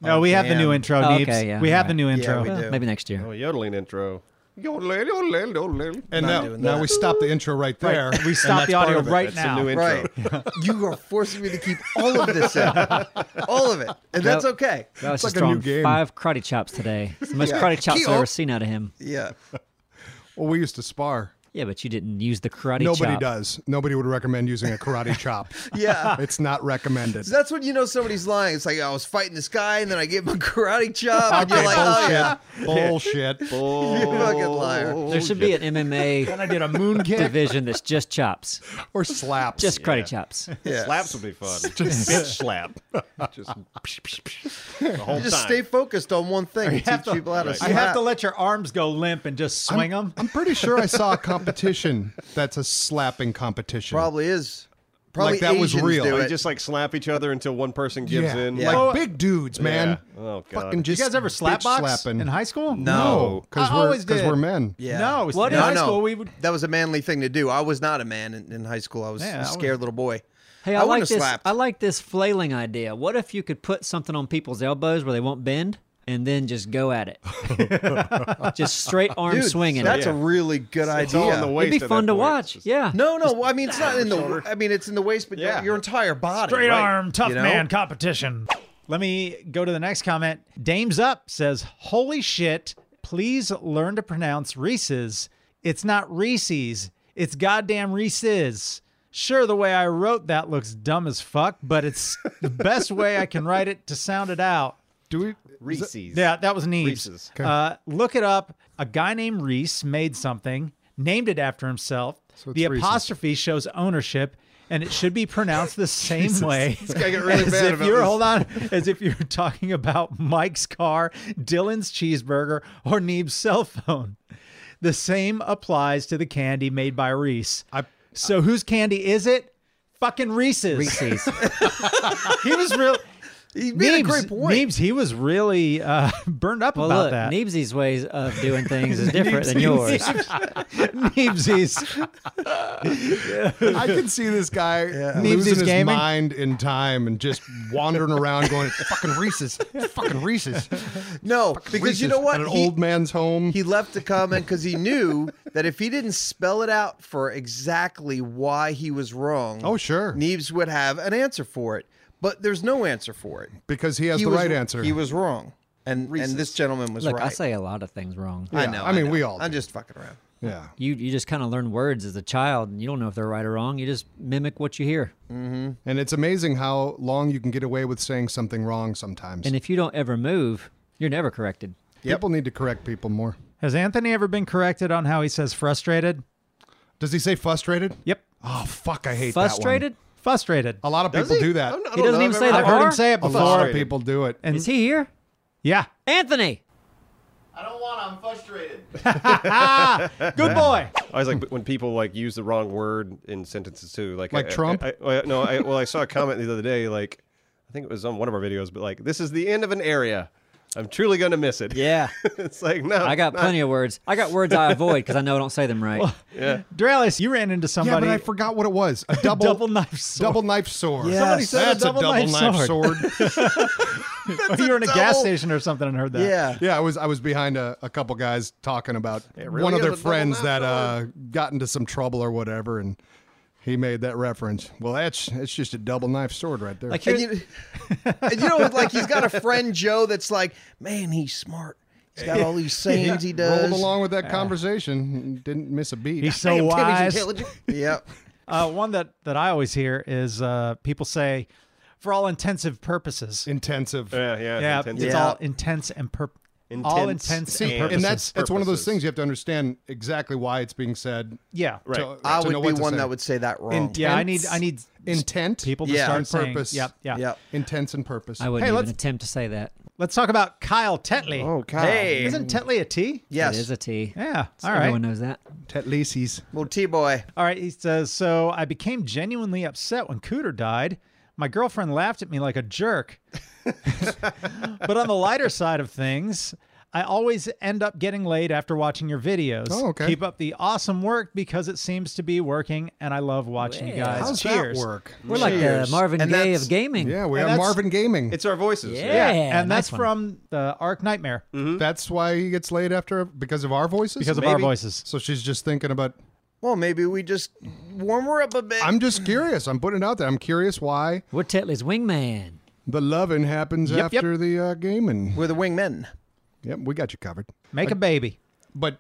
C: No, we have the new
A: damn.
C: intro,
E: Oh,
C: Neebs.
E: okay, yeah,
C: we have
E: all
C: the new intro.
A: we do.
E: Well, maybe next year.
D: Oh, yodeling intro. Yodeling, yodeling, yodeling.
B: and
A: Not
B: now,
A: doing
B: now
A: that.
B: we stop the intro right there.
C: We stop the audio
B: of it.
C: right
D: That's
C: now.
D: a
C: <laughs>
D: new intro.
A: <laughs> Right. you are forcing me to keep all of this in. all of it. And that's
E: Yep.
A: okay.
E: That was
B: It's
E: just
B: like a new
E: strong.
B: game.
E: Five karate chops today. It's the most karate chops I've ever seen out of him.
A: Yeah.
B: Well, we used to spar.
E: Yeah, but you didn't use the karate
B: Nobody
E: chop.
B: does. Nobody would recommend using a karate chop.
A: <laughs> Yeah.
B: It's not recommended.
A: So that's when you know somebody's lying. It's like I was fighting this guy, and then I gave him a karate chop, and you're
B: Okay,
A: like, "Oh yeah,
B: bullshit. Bullshit.
A: you fucking liar."
D: Oh,
E: There should be an MMA
C: I did a moon kick.
E: division that's just chops,
B: Or slaps.
E: just karate chops.
A: Yeah.
D: Slaps would be fun. Just bitch slap. Just psh, psh, psh, the whole
A: You just
D: time.
A: stay focused on one thing. and Teach people how to
D: right.
A: slap.
C: You have to let your arms go limp and just swing them.
A: <laughs>
B: I'm pretty sure I saw a competition that's a slapping competition.
A: Probably is. Probably
B: Like, that was
A: Asians
B: real.
A: do
B: Like,
A: it. Oh,
D: They just like slap each other until one person gives
B: yeah.
D: in.
B: Like
A: Yeah.
B: big dudes, man.
D: Yeah. Oh, God.
B: Fucking
C: You
B: just
C: guys ever slap
B: bitch
C: box
B: slapping.
C: in high school?
A: No.
B: because
C: I
B: we're
C: always
B: because
C: did.
B: we're men.
A: yeah.
C: No,
E: What
C: in
E: is-
C: high
A: no.
C: school we would
A: That was a manly thing to do. I was not a man in, in high school. I was
C: Yeah, I
A: a
C: was-
A: scared little boy.
E: Hey,
A: I
E: I,
A: wouldn't
E: like
A: have
E: this.
A: slapped.
E: I like this flailing idea. What if you could put something on people's elbows where they won't bend, and then just go at it,
C: <laughs>
E: just straight arm
A: Dude,
E: swinging.
A: that's
E: it.
A: a really good
D: It's
A: idea.
D: all in the waist.
E: It'd
D: at
E: be
D: that
E: fun to
D: point.
E: watch.
D: It's-
E: yeah.
A: No, no. I mean, it's not in the. I mean, it's in the waist, but
D: Yeah.
A: your entire body.
C: Straight
A: right?
C: arm, tough
A: You know? <laughs>
C: man competition. Let me go to the next comment. Dames Up says, Holy shit, please learn to pronounce Reese's. It's not Reese's, it's goddamn Reese's. Sure, the way I wrote that looks dumb as fuck, but it's the best way I can write it to sound it out.
B: Do
A: <laughs>
B: we?
D: Reese's.
C: Yeah, that was Neves.
D: Reese's.
C: Uh, look it up. A guy named Reese made something, named it after himself.
B: it's
C: the
B: Reese's.
C: apostrophe shows ownership, and it should be
D: <laughs>
C: pronounced the same way.
D: I get really
C: as
D: mad
C: if
D: about
C: you're
D: this.
C: hold on, as if you're talking about Mike's car, Dylan's cheeseburger, or Neeb's cell phone. The same applies to the candy made by Reese.
B: I-
C: so whose candy is it? Fucking Reese's.
E: Reese's.
C: He was real.
A: He made a
C: Neebs-
A: great point.
C: Neebs, he was really uh, <laughs> burned up
E: well,
C: about
E: look,
C: that.
E: Neebsy's ways of doing things
C: <laughs>
E: is different than yours.
C: Neebsies.
B: I can see this guy
C: Neves
B: losing
C: is
B: his
C: gaming.
B: mind in time and just wandering around going, "Fucking Reese's,
C: <laughs>
B: fucking Reese's."
A: No, because you know
B: Reese's
A: what?
B: At an
A: He-
B: old man's home.
A: he left a comment because he knew that if he didn't spell it out for exactly why he was wrong,
B: Oh, sure.
A: Neves would have an answer for it. But there's no answer for it.
B: because he has
A: He
B: the
A: was-
B: right answer.
A: He was wrong, and and this gentleman was
E: Look,
A: right.
E: I say a lot of things wrong.
A: I
B: Yeah,
A: know.
B: I mean,
A: know.
B: we all
A: I'm
B: do.
A: just fucking around.
C: <laughs>
B: yeah.
E: You you just kind of learn words as a child, and you don't know if they're right or wrong. You just mimic what you hear.
B: And it's amazing how long you can get away with saying something wrong sometimes.
E: And if you don't ever move, you're never corrected.
B: People need to correct people more.
C: Has Anthony ever been corrected on how he says frustrated?
B: Does he say frustrated?
C: Yep.
B: Oh fuck, I hate
E: Frustrated?
C: Frustrated.
B: that one. A lot of
D: Does
B: people do that.
D: I'm not- I
E: He
D: don't
E: doesn't
D: know.
E: even
D: I've
E: say
D: never
E: the
C: I've heard him
E: R?
C: say it
B: a lot
C: before.
B: of people do it.
C: And
E: Is he here?
C: yeah.
E: Anthony.
F: I don't want. I'm frustrated.
C: Good boy.
D: I always like when people like use the wrong word in sentences too. Like
B: Like
D: I-
B: Trump?
D: I, I- no, I, well, I saw a comment the other day. Like I think it was on one of our videos, but like this is the end of an area. I'm truly gonna miss it.
E: Yeah.
D: <laughs> it's like no.
E: I got plenty of words. I got words I avoid because I know I don't say them right.
C: Dralis, you ran into
B: yeah,
C: somebody.
B: but I forgot what it was. A double
C: <laughs> double knife
B: <laughs>
C: sword.
B: double knife sword.
C: Yeah. Somebody said a
B: That's
C: double knife
B: sword.
C: <laughs> you were in a gas
A: double-
C: station or something and heard that.
A: Yeah.
B: yeah, I was I was behind a, a couple guys talking about
D: really
B: one of
D: is a
B: their
D: double
B: friends
D: knife
B: that uh, got into some trouble or whatever, and he made that reference. Well, that's it's just a double knife sword right there.
E: Like
A: And
E: here's,
A: you, <laughs> and you know, like he's
C: <laughs>
A: got a friend Joe that's like, man, he's smart. He's got all
C: <laughs>
A: these sayings he
B: Rolled
A: does.
B: along with that conversation, didn't miss a beat.
C: He's
B: <laughs>
C: so <laughs> wise.
A: <laughs> Yep.
C: Uh, one that, that I always hear is uh, people say, for all intensive purposes.
B: <laughs> intensive.
D: Yeah, yeah,
C: yeah,
D: intense.
C: it's
A: Yeah.
C: all intense and perp. All
D: Intense
C: intense
D: and-
C: and,
B: See,
C: purposes.
B: and that's it's one of those
D: Purposes.
B: things you have to understand exactly why it's being said.
C: yeah.
D: Right.
B: To,
A: I
B: to
A: would
B: know
A: be
B: what to
A: one
B: say.
A: that would say that wrong.
C: Oh. Yeah, I need I need
B: intent,
C: people to
A: Yeah.
C: start
A: And
C: saying.
B: purpose.
C: Yep, yeah.
A: Yep.
B: intents and purpose.
E: I wouldn't
C: Hey,
E: even
C: let's-
E: attempt to say that.
C: Let's talk about Kyle Tetley.
E: Oh,
A: God. Hey.
C: Isn't Tetley a T?
A: Yes.
E: It is a T.
C: Yeah. All right.
E: Everyone knows that.
B: Tetleses.
A: Well, T boy.
C: All right. He says, So I became genuinely upset when Cooter died. My girlfriend laughed at me like a jerk. <laughs> but on the lighter side of things, I always end up getting laid after watching your videos.
B: Oh, okay.
C: Keep up the awesome work because it seems to be working, and I love watching you
E: Well.
C: guys.
B: How's
C: Cheers.
B: that work?
E: We're like the
A: Cheers.
E: Marvin
A: And
E: Gaye
A: that's-
E: of gaming.
B: Yeah, we
C: And
B: have
C: that's-
B: Marvin Gaming.
D: It's our voices.
E: Yeah.
C: Yeah, and
E: nice
C: that's
E: one. Mm-hmm.
C: from the Arc Nightmare
B: That's why he gets laid after because of our voices.
C: because of our
D: Maybe.
C: voices.
B: so she's just thinking about.
A: Well, maybe we just warm her up a bit.
B: I'm just curious. I'm putting it out there. I'm curious why
E: We're Tetley's wingman.
B: the loving happens
C: Yep, yep.
B: after the uh, gaming.
A: We're the wingmen.
B: Yep, we got you covered.
C: Make a baby.
B: But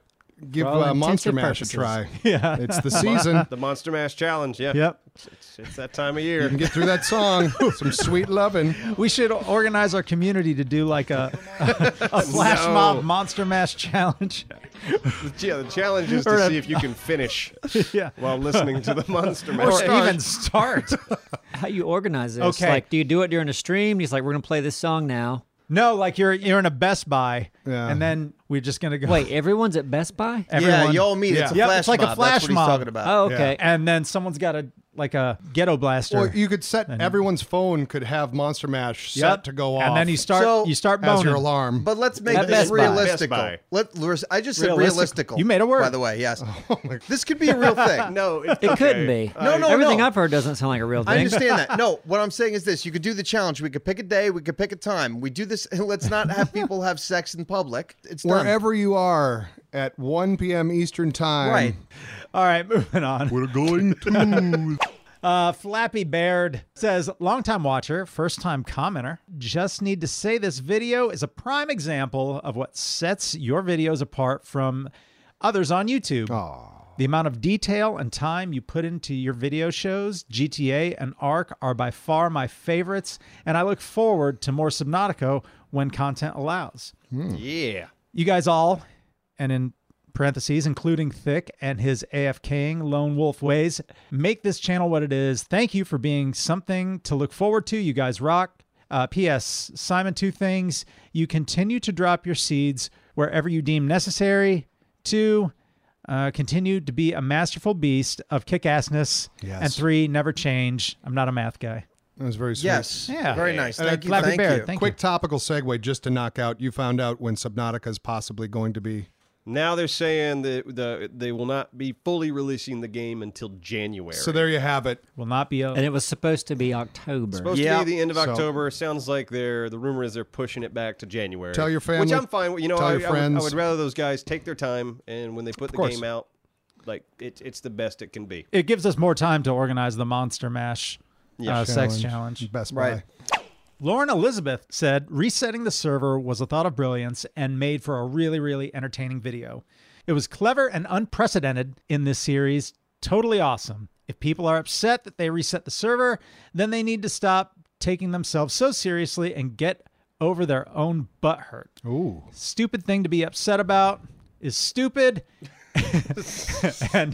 B: give
E: For all
B: uh, Monster
E: intensive
B: Mash a
E: purposes.
C: <laughs>
B: try. Yeah, it's the season.
D: The Monster Mash Challenge. Yeah.
C: Yep.
D: It's, it's that time of
B: You can
D: year.
B: get through that
C: <laughs>
B: song. Some sweet loving.
C: We should organize our community to do like a <laughs> a flash
D: No.
C: mob monster mash challenge. <laughs>
D: yeah, the challenge is
C: Or
D: to
C: a-
D: see if you can finish
C: yeah.
D: while listening to the Monster
C: <laughs> Or
D: Mash.
C: even start.
E: How you organize this?
C: Okay.
E: Like, do you do it during a stream? He's like, we're gonna play this song now.
C: no, like you're you're in a Best Buy,
B: Yeah.
C: and then we're just gonna go.
E: Wait, everyone's at Best Buy.
C: <laughs> everyone,
A: Yeah, y'all meet. It's a
C: Yeah. Yep,
A: flash
C: it's like a
A: mob. That's
C: flash
A: what he's
C: mob.
A: talking about.
E: Oh, okay.
C: and then someone's got to like a ghetto blaster.
B: Or you could set everyone's phone could have Monster Mash set
C: Yep.
B: to go off.
C: and then you start
A: So-
C: you start
B: as
C: boning.
B: your alarm.
A: But let's make
E: At
A: this
E: Best Buy.
A: realistic.
D: Best Buy.
A: Let Louis- I just said
C: Realistic.
A: realistic.
C: You made it work.
A: By the way,
D: <laughs>
A: yes. this could be a real thing.
D: Oh No, it's
E: It
D: okay.
E: could be.
A: No, no,
E: Everything
A: no.
E: I've heard doesn't sound like a real thing.
A: I understand that. No, what I'm saying is this: you could do the challenge. We could pick a day. We could pick a time. We do this. <laughs> Let's not have people have sex in public. It's done.
B: Wherever you are at 1 p.m. Eastern Time,
A: Right.
C: All right, <laughs> moving on.
B: We're going
C: <laughs>
B: to.
C: Uh, Flappy Baird says, longtime watcher, first time commenter. Just need to say this video is a prime example of what sets your videos apart from others on YouTube. The amount of detail and time you put into your video shows, GTA and ARC, are by far my favorites, and I look forward to more Subnautica when content allows.
D: Yeah.
C: You guys all, and in parentheses, including Thick and his AFKing Lone Wolf Ways, make this channel what it is. Thank you for being something to look forward to. You guys rock. Uh, P.S. Simon, two things. You continue to drop your seeds wherever you deem necessary. Two, uh, continue to be a masterful beast of kick assness.
B: Yes.
C: And three, never change. I'm not a math guy.
B: That was very sweet.
A: Yes.
C: Yeah.
A: Very nice.
B: And
A: Thank you.
C: Flappy
A: Thank
C: Bear,
A: you.
C: thank
B: Quick topical segue just to knock out. You found out when Subnautica is possibly going to be.
D: Now they're saying that the they will not be fully releasing the game until January.
B: So there you have it.
C: Will not be
E: And
C: a.
E: it was supposed to be October.
D: supposed
A: Yeah.
D: to be the end of
B: So-
D: October. Sounds like they're the rumor is they're pushing it back to January.
B: Tell your
D: which
B: family,
D: I'm fine with. You know,
B: tell
D: I,
B: your
D: I would- I would,
B: friends.
D: rather those guys take their time and when they put the
B: course.
D: game out, like it, it's the best it can be.
C: It gives us more time to organize the Monster Mash
D: Yeah.
C: uh, sex challenge.
B: Best
A: Right.
B: Buy.
C: Lauren Elizabeth said, resetting the server was a thought of brilliance and made for a really, really entertaining video. It was clever and unprecedented in this series. Totally awesome. If people are upset that they reset the server, then they need to stop taking themselves so seriously and get over their own butt hurt.
B: Ooh.
C: Stupid thing to be upset about
D: <laughs>
C: is stupid. and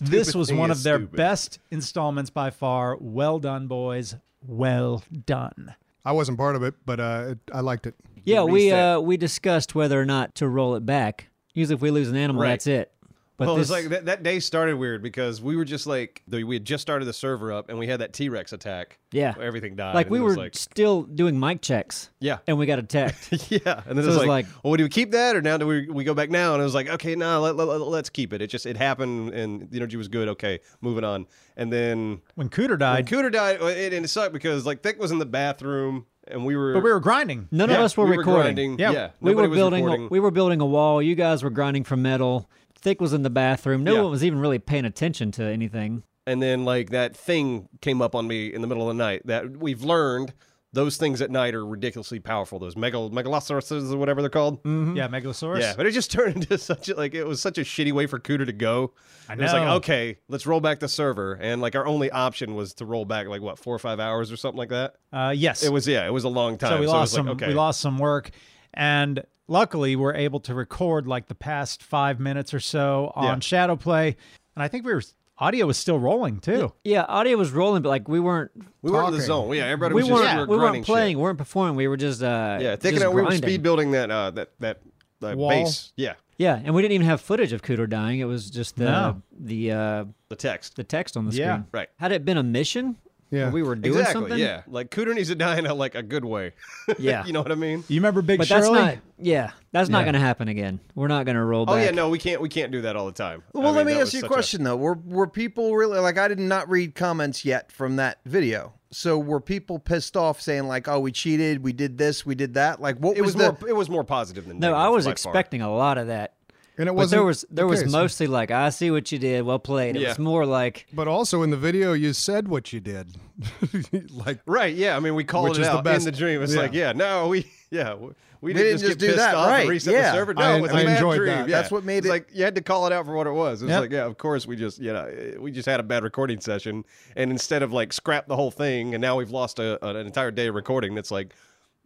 C: this was
D: thing
C: one
D: is
C: of their
D: stupid.
C: best installments by far. Well done, boys. Well done.
B: I wasn't part of it, but uh, it, I liked it.
E: yeah, we uh, we discussed whether or not to roll it back. Usually, if we lose an animal,
D: Right.
E: that's it. But
D: Well,
E: this,
D: it's like that, that day started weird because we were just like the, we had just started the server up and we had that T Rex attack.
E: Yeah.
D: where everything died.
E: like
D: and
E: we
D: it was
E: were still doing mic checks.
D: Yeah.
E: and we got attacked.
D: <laughs> yeah, and then it
E: it
D: was
E: was
D: like,
E: like-
D: well, do we keep that or now do we we go back now? And I was like, okay, no, let, us keep it. It just it happened and the energy was good. Okay, moving on. And then
C: When Cooter
D: And
C: died,
D: Cooter died, uh, it, and it sucked because like Thick was in the bathroom, and we were.
C: but we were grinding.
E: None
D: yeah,
E: of us were
D: we
E: recording.
D: grinding.
C: Yeah.
D: Yeah,
E: we
D: nobody
E: were
D: was
E: building.
D: recording.
E: We were building a wall. You guys were grinding for metal. Thick was in the bathroom. No
D: Yeah.
E: one was even really paying attention to anything.
D: and then like that thing came up on me in the middle of the night that we've learned. Those things at night are ridiculously powerful. Those megal megalosauruses or whatever they're called.
C: Yeah, Megalosaurus.
D: Yeah, but it just <laughs> turned into such a like it was such a shitty way for Cooter to go.
C: I
D: It was like
C: know.
D: okay, let's roll back the server, and like our only option was to roll back like what four or five hours or something like that.
C: Uh, yes.
D: It was yeah, it was a long time.
C: so we
D: it
C: lost
D: was
C: some.
D: Like, okay,
C: We lost some work, and luckily we're able to record like the past five minutes or so on
D: Yeah.
C: Shadow Play, and I think we were audio was still rolling too.
E: Yeah, audio was rolling, but like we weren't.
D: We were in the
B: talking.
D: zone. Yeah, everybody
E: We
D: was
E: weren't.
D: just we
E: we
D: were grinding
E: weren't
D: shit.
E: playing. We weren't performing. We were just. Uh,
D: Yeah, thinking
E: just
D: out we were
E: grinding.
D: speed building that uh, that that uh,
B: Wall.
D: base. Yeah,
E: Yeah, and we didn't even have footage of Cooter dying. It was just the
C: No.
E: the uh,
D: the text.
E: the text on the
C: Yeah.
E: screen.
D: Right.
E: Had it been a mission,
B: Yeah.
E: where we were doing
D: exactly.
E: something.
D: Yeah, like Cooter needs to die in a like a good way. <laughs>
E: Yeah.
D: you know what I mean.
C: You remember Big
E: But
C: Shirley?
E: that's not. Yeah, that's not going to happen again. We're not going to roll
D: Oh
E: back.
D: yeah, no, we can't. We can't do that all the time. I
A: Well,
D: mean,
A: let me
D: that
A: ask
D: was
A: you a
D: such
A: question though. Were were people really like I did not read comments yet from that video. So were people pissed off saying like, "Oh, we cheated, we did this, we did that"? Like, what
D: It was
A: the?
D: more. It was more positive than
E: No,
D: negative
E: I was
D: by far.
E: expecting a lot of that.
B: And it
E: But
B: wasn't.
E: there was there
B: the
E: was
B: case.
E: mostly like I see what you did, well played. It
D: Yeah.
E: was more like
B: But also in the video, you said what you did. <laughs> like,
D: Right. Yeah. I mean, we called
B: Which
D: it
B: is the
D: out
B: best-
D: in the dream. It's
B: yeah.
D: like, yeah, no, we, yeah, we, we
A: didn't
D: didn't,
A: just
D: get
A: do
D: pissed
A: that,
D: off and
A: right,
D: reset
A: yeah.
D: the server. No,
B: I-
D: it was a
B: I
D: bad
B: enjoyed
D: dream.
B: that.
D: Yeah.
A: That's what made
D: It's
A: it-
D: Like you had to call it out for what it was. It was
C: Yep.
D: like, yeah, of course, we just, you know, eh, we just had a bad recording session, and instead of like scrap the whole thing, and now we've lost a, an entire day of recording. That's like.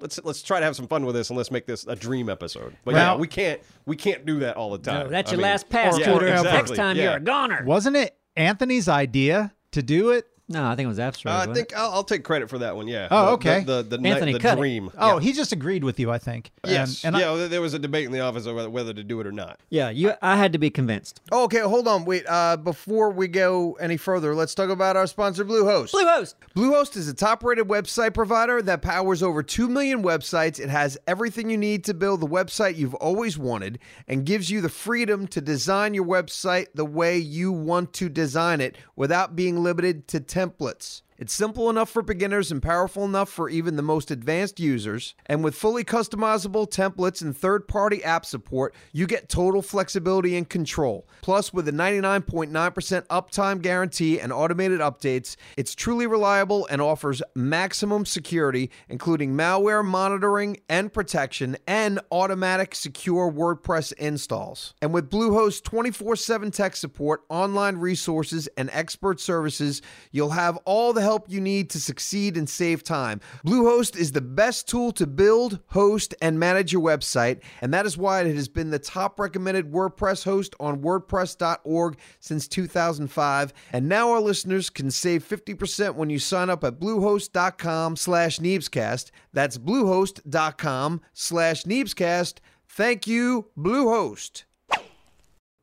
D: Let's let's try to have some fun with this and let's make this a dream episode. But
C: Now-
D: yeah, we can't we can't do that all the time.
E: "Oh, that's
D: I
E: your
D: mean-
E: last pass,
D: Yeah,
E: Cooter.
D: exactly.
E: Next time
D: Yeah.
E: you're a goner.
C: Wasn't it Anthony's idea to do it?
E: No, I think it was abstract.
D: I
E: wasn't
D: think I'll, I'll take credit for that one. Yeah.
C: Oh,
D: The-
C: okay.
D: The the, the, night-
E: Anthony
D: the
E: Cuddy.
D: dream.
C: Oh,
D: yeah.
C: he just agreed with you, I think.
D: yes.
C: And, and I-
D: yeah. well, there was a debate in the office over whether to do it or not.
E: it? Yeah, you. I had to be convinced.
A: Okay, hold on. Wait, uh, before we go any further, let's talk about our sponsor, Bluehost.
E: Bluehost.
A: Bluehost is a top-rated website provider that powers over 2 million websites. It has everything you need to build the website you've always wanted and gives you the freedom to design your website the way you want to design it without being limited to templates. It's simple enough for beginners and powerful enough for even the most advanced users. And with fully customizable templates and third party app support, you get total flexibility and control. Plus, with a 99.9% uptime guarantee and automated updates, it's truly reliable and offers maximum security, including malware monitoring and protection and automatic secure WordPress installs. And with Bluehost 24 7 tech support, online resources, and expert services, you'll have all the help you need to succeed and save time. Bluehost is the best tool to build, host, and manage your website, and that is why it has been the top recommended WordPress host on WordPress.org since 2005. And now our listeners can save 50% when you sign up at bluehost.com slash Neebscast. That's bluehost.com slash Neebscast. Thank you, Bluehost.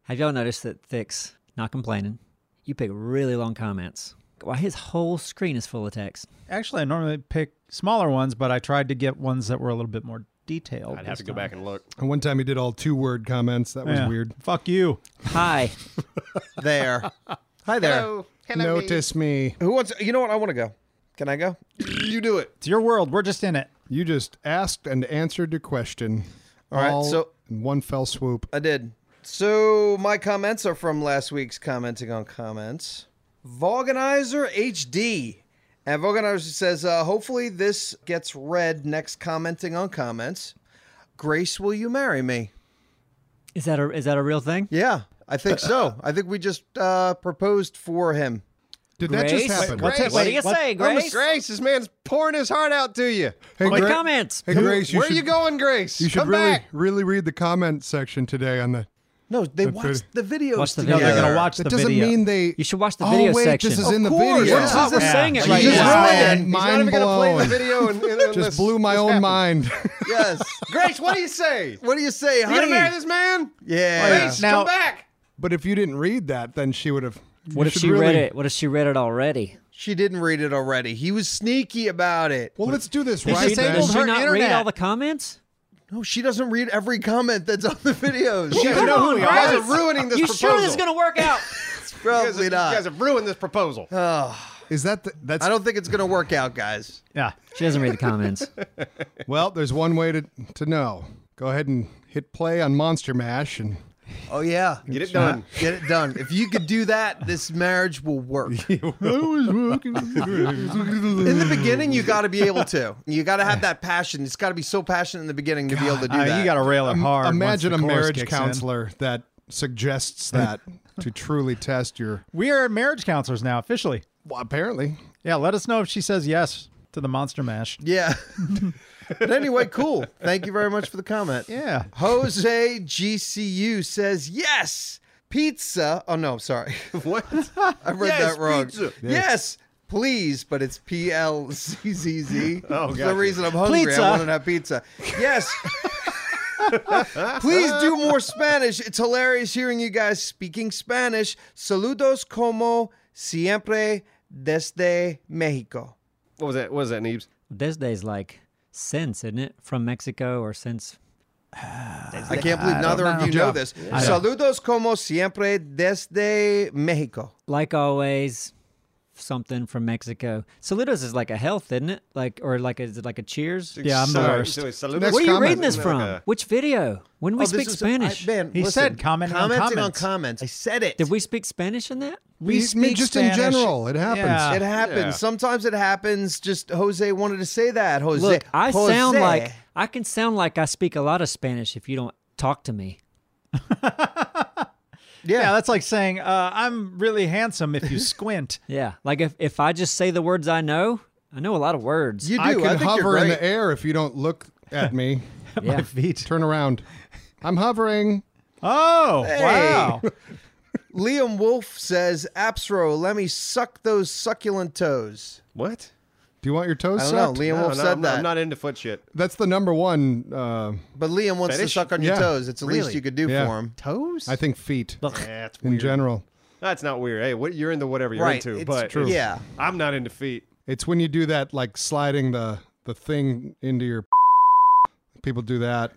E: Have y'all noticed that Thix, not complaining, you pick really long comments? Why his whole screen is full of text.
C: actually, I normally pick smaller ones, but I tried to get ones that were a little bit more detailed.
D: I'd have to go back and look.
B: And one time he did all two word comments. That was weird.
C: Fuck you.
E: Hi.
A: There. <laughs> Hi there.
B: Notice me.
A: Who wants? You know what? I want to go. Can I go?
D: You do it.
C: It's your world. We're just in it.
B: You just asked and answered your question.
A: All right, so-
B: in one fell swoop.
A: I did. So my comments are from last week's commenting on comments. Vulcanizer HD. And Vulcanizer says, uh, hopefully this gets read next commenting on comments. Grace, will you marry me?
E: Is that a is that a real thing?
A: Yeah, I think so. I think we just uh, proposed for him.
B: Did that
E: Grace?
B: just happen?
E: Wait,
D: Grace?
E: what do you
C: What-
E: say,
D: I'm a-
E: Grace?
D: Grace, this man's pouring his heart out to you.
B: Hey,
E: My
B: Gra-
E: comments.
B: Hey, Grace, you
D: Where
B: should,
D: are you going, Grace?
B: You should
D: Come
B: really,
D: back.
B: really read the comment section today on the.
A: No, they
B: That's
A: watched the videos
E: Watch the
A: together.
C: No, they're
E: video.
C: gonna watch
B: That
C: the
B: doesn't
C: video.
B: mean they.
E: You should watch the
B: oh,
E: video
B: wait,
E: section.
B: This is
E: Of
B: in the
A: course,
B: video.
A: that's what
E: we're
C: Yeah.
E: saying it right
A: Jesus.
E: now.
A: Wow.
B: Man,
A: He's
D: He's not
B: mind
D: even gonna play the
B: blown.
D: video. And, and,
B: <laughs>
D: and
B: Just blew my own mind.
A: Yes.
D: Grace, what do
B: <laughs>
D: you say?
A: what do you say,
D: You gonna marry Oh,
A: honey?
D: this man?
A: Yeah.
D: Grace,
C: Now-
D: come back.
B: but if you didn't read that, then she would have.
E: What
B: you
E: if
B: should
E: she read
B: really-
E: it? What if she read it already?
A: She didn't read it already. He was sneaky about it.
B: Well, let's do this
E: Did
B: right
E: she,
B: then.
E: did she
C: her
E: not read
C: internet.
E: all the comments?
A: No, she doesn't read every comment that's on the videos.
D: <laughs> You guys
E: Come
D: know who
E: on,
D: we are. You guys
E: Grace.
D: are ruining this
E: you
D: proposal.
E: sure this is gonna work
A: <laughs>
E: out?
D: You guys,
A: Probably
D: you guys
A: not.
D: have ruined this proposal.
B: Uh, Is that the, that's
A: I don't think it's going to work out, guys.
C: Yeah.
E: she doesn't read the comments.
B: well? There's one way to to know. Go ahead and hit play on Monster Mash, and
A: Oh, yeah.
D: Get it
B: <laughs>
D: done.
A: Get it done. If you could do that, this marriage will
D: <laughs>
A: work.
C: <laughs>
A: In the beginning, you got to be able to. You got to have that passion. It's got to be so passionate in the beginning to be able to do
C: Uh,
A: that.
C: you got to rail it hard. once
B: imagine
C: the
B: a
C: chorus
B: marriage
C: kicks in.
B: counselor that suggests that to truly test your.
C: We are marriage counselors now, officially.
B: Well, apparently,
C: Yeah, let us know if she says yes to the Monster Mash.
A: <laughs> Yeah. but anyway, cool. Thank you very much for the comment.
C: Yeah.
A: Jose GCU says yes. Pizza. Oh no, I'm sorry.
D: What?
A: I read
D: Yes,
A: that wrong.
D: pizza.
A: Yes. please, but it's P L C Z Z. <laughs> Oh, it's the
D: gotcha.
A: reason I'm hungry.
C: Pizza.
A: I want to have pizza. Yes. please do more Spanish. It's hilarious hearing you guys speaking Spanish. Saludos como siempre desde Mexico.
D: What was that? What was that, Neebs?
E: this day's like since, isn't it? From Mexico or since
A: I can't believe neither of you know this. Saludos como siempre desde Mexico.
E: like always, something from Mexico. Saludos is like a health, isn't it? Like or like is it like a cheers?
C: Yeah, I'm the
D: Sorry,
C: worst.
D: so it's saludos.
B: Next
E: Where are you
B: comment.
E: reading this
D: Isn't that
E: from?
D: like a-
E: Which video? When did we
A: Oh, this
E: speak
A: is- I-
E: Spanish?
A: man,
C: He
A: listen,
C: said commenting on comments.
A: comments. I said it.
E: Did we speak Spanish in that?
C: We
B: You-
C: speak
B: just
C: Spanish.
B: in general, it happens.
C: Yeah.
A: It happens.
D: Yeah.
A: Sometimes it happens. Just Jose wanted to say that. Jose.
E: Look, I
A: Jose.
E: sound like I can sound like I speak a lot of Spanish if you don't talk to me.
A: Yeah.
C: Yeah, that's like saying, uh, I'm really handsome <laughs> if you squint.
E: Yeah, like if if I just say the words I know, I know a lot of words.
A: you do.
B: I can
A: think
B: hover
A: you're
B: in
A: great.
B: the air if you don't look at me.
A: <laughs>
E: yeah.
C: Feet.
B: Turn around. I'm hovering.
C: Oh, wow.
A: Liam Wolf says, Apsro, let me suck those succulent toes.
D: What?
B: Do you want your toes
A: I don't
B: sucked?
A: know. Liam
D: No,
A: Wolf
D: no,
A: said
D: I'm,
A: that.
D: I'm not into foot shit.
B: That's the number one. Uh,
A: but Liam wants
D: Fetish?
A: to suck on your
B: Yeah.
A: toes. It's the least
D: Really?
A: you could do
B: Yeah.
A: for him.
D: Toes?
B: I think feet
D: That's
B: in
D: weird.
B: general.
D: That's not weird. Hey, what you're into whatever you're
A: right.
D: into,
A: it's-
D: but
B: true.
A: Yeah.
D: I'm not into feet.
B: It's when you do that, like sliding the the thing into your. <laughs> People do that,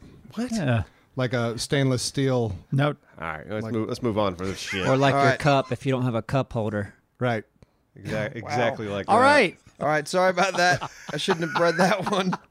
C: Yeah.
B: like a stainless steel.
C: No,
D: All right, let's move. Let's move on for
A: <laughs>
D: this shit.
E: Or like
A: All
E: your
A: right.
E: cup if you don't have a cup holder.
B: Right.
D: exactly, exactly like.
C: All
D: that.
C: right.
A: All right. Sorry about that. I shouldn't have read that one. <laughs>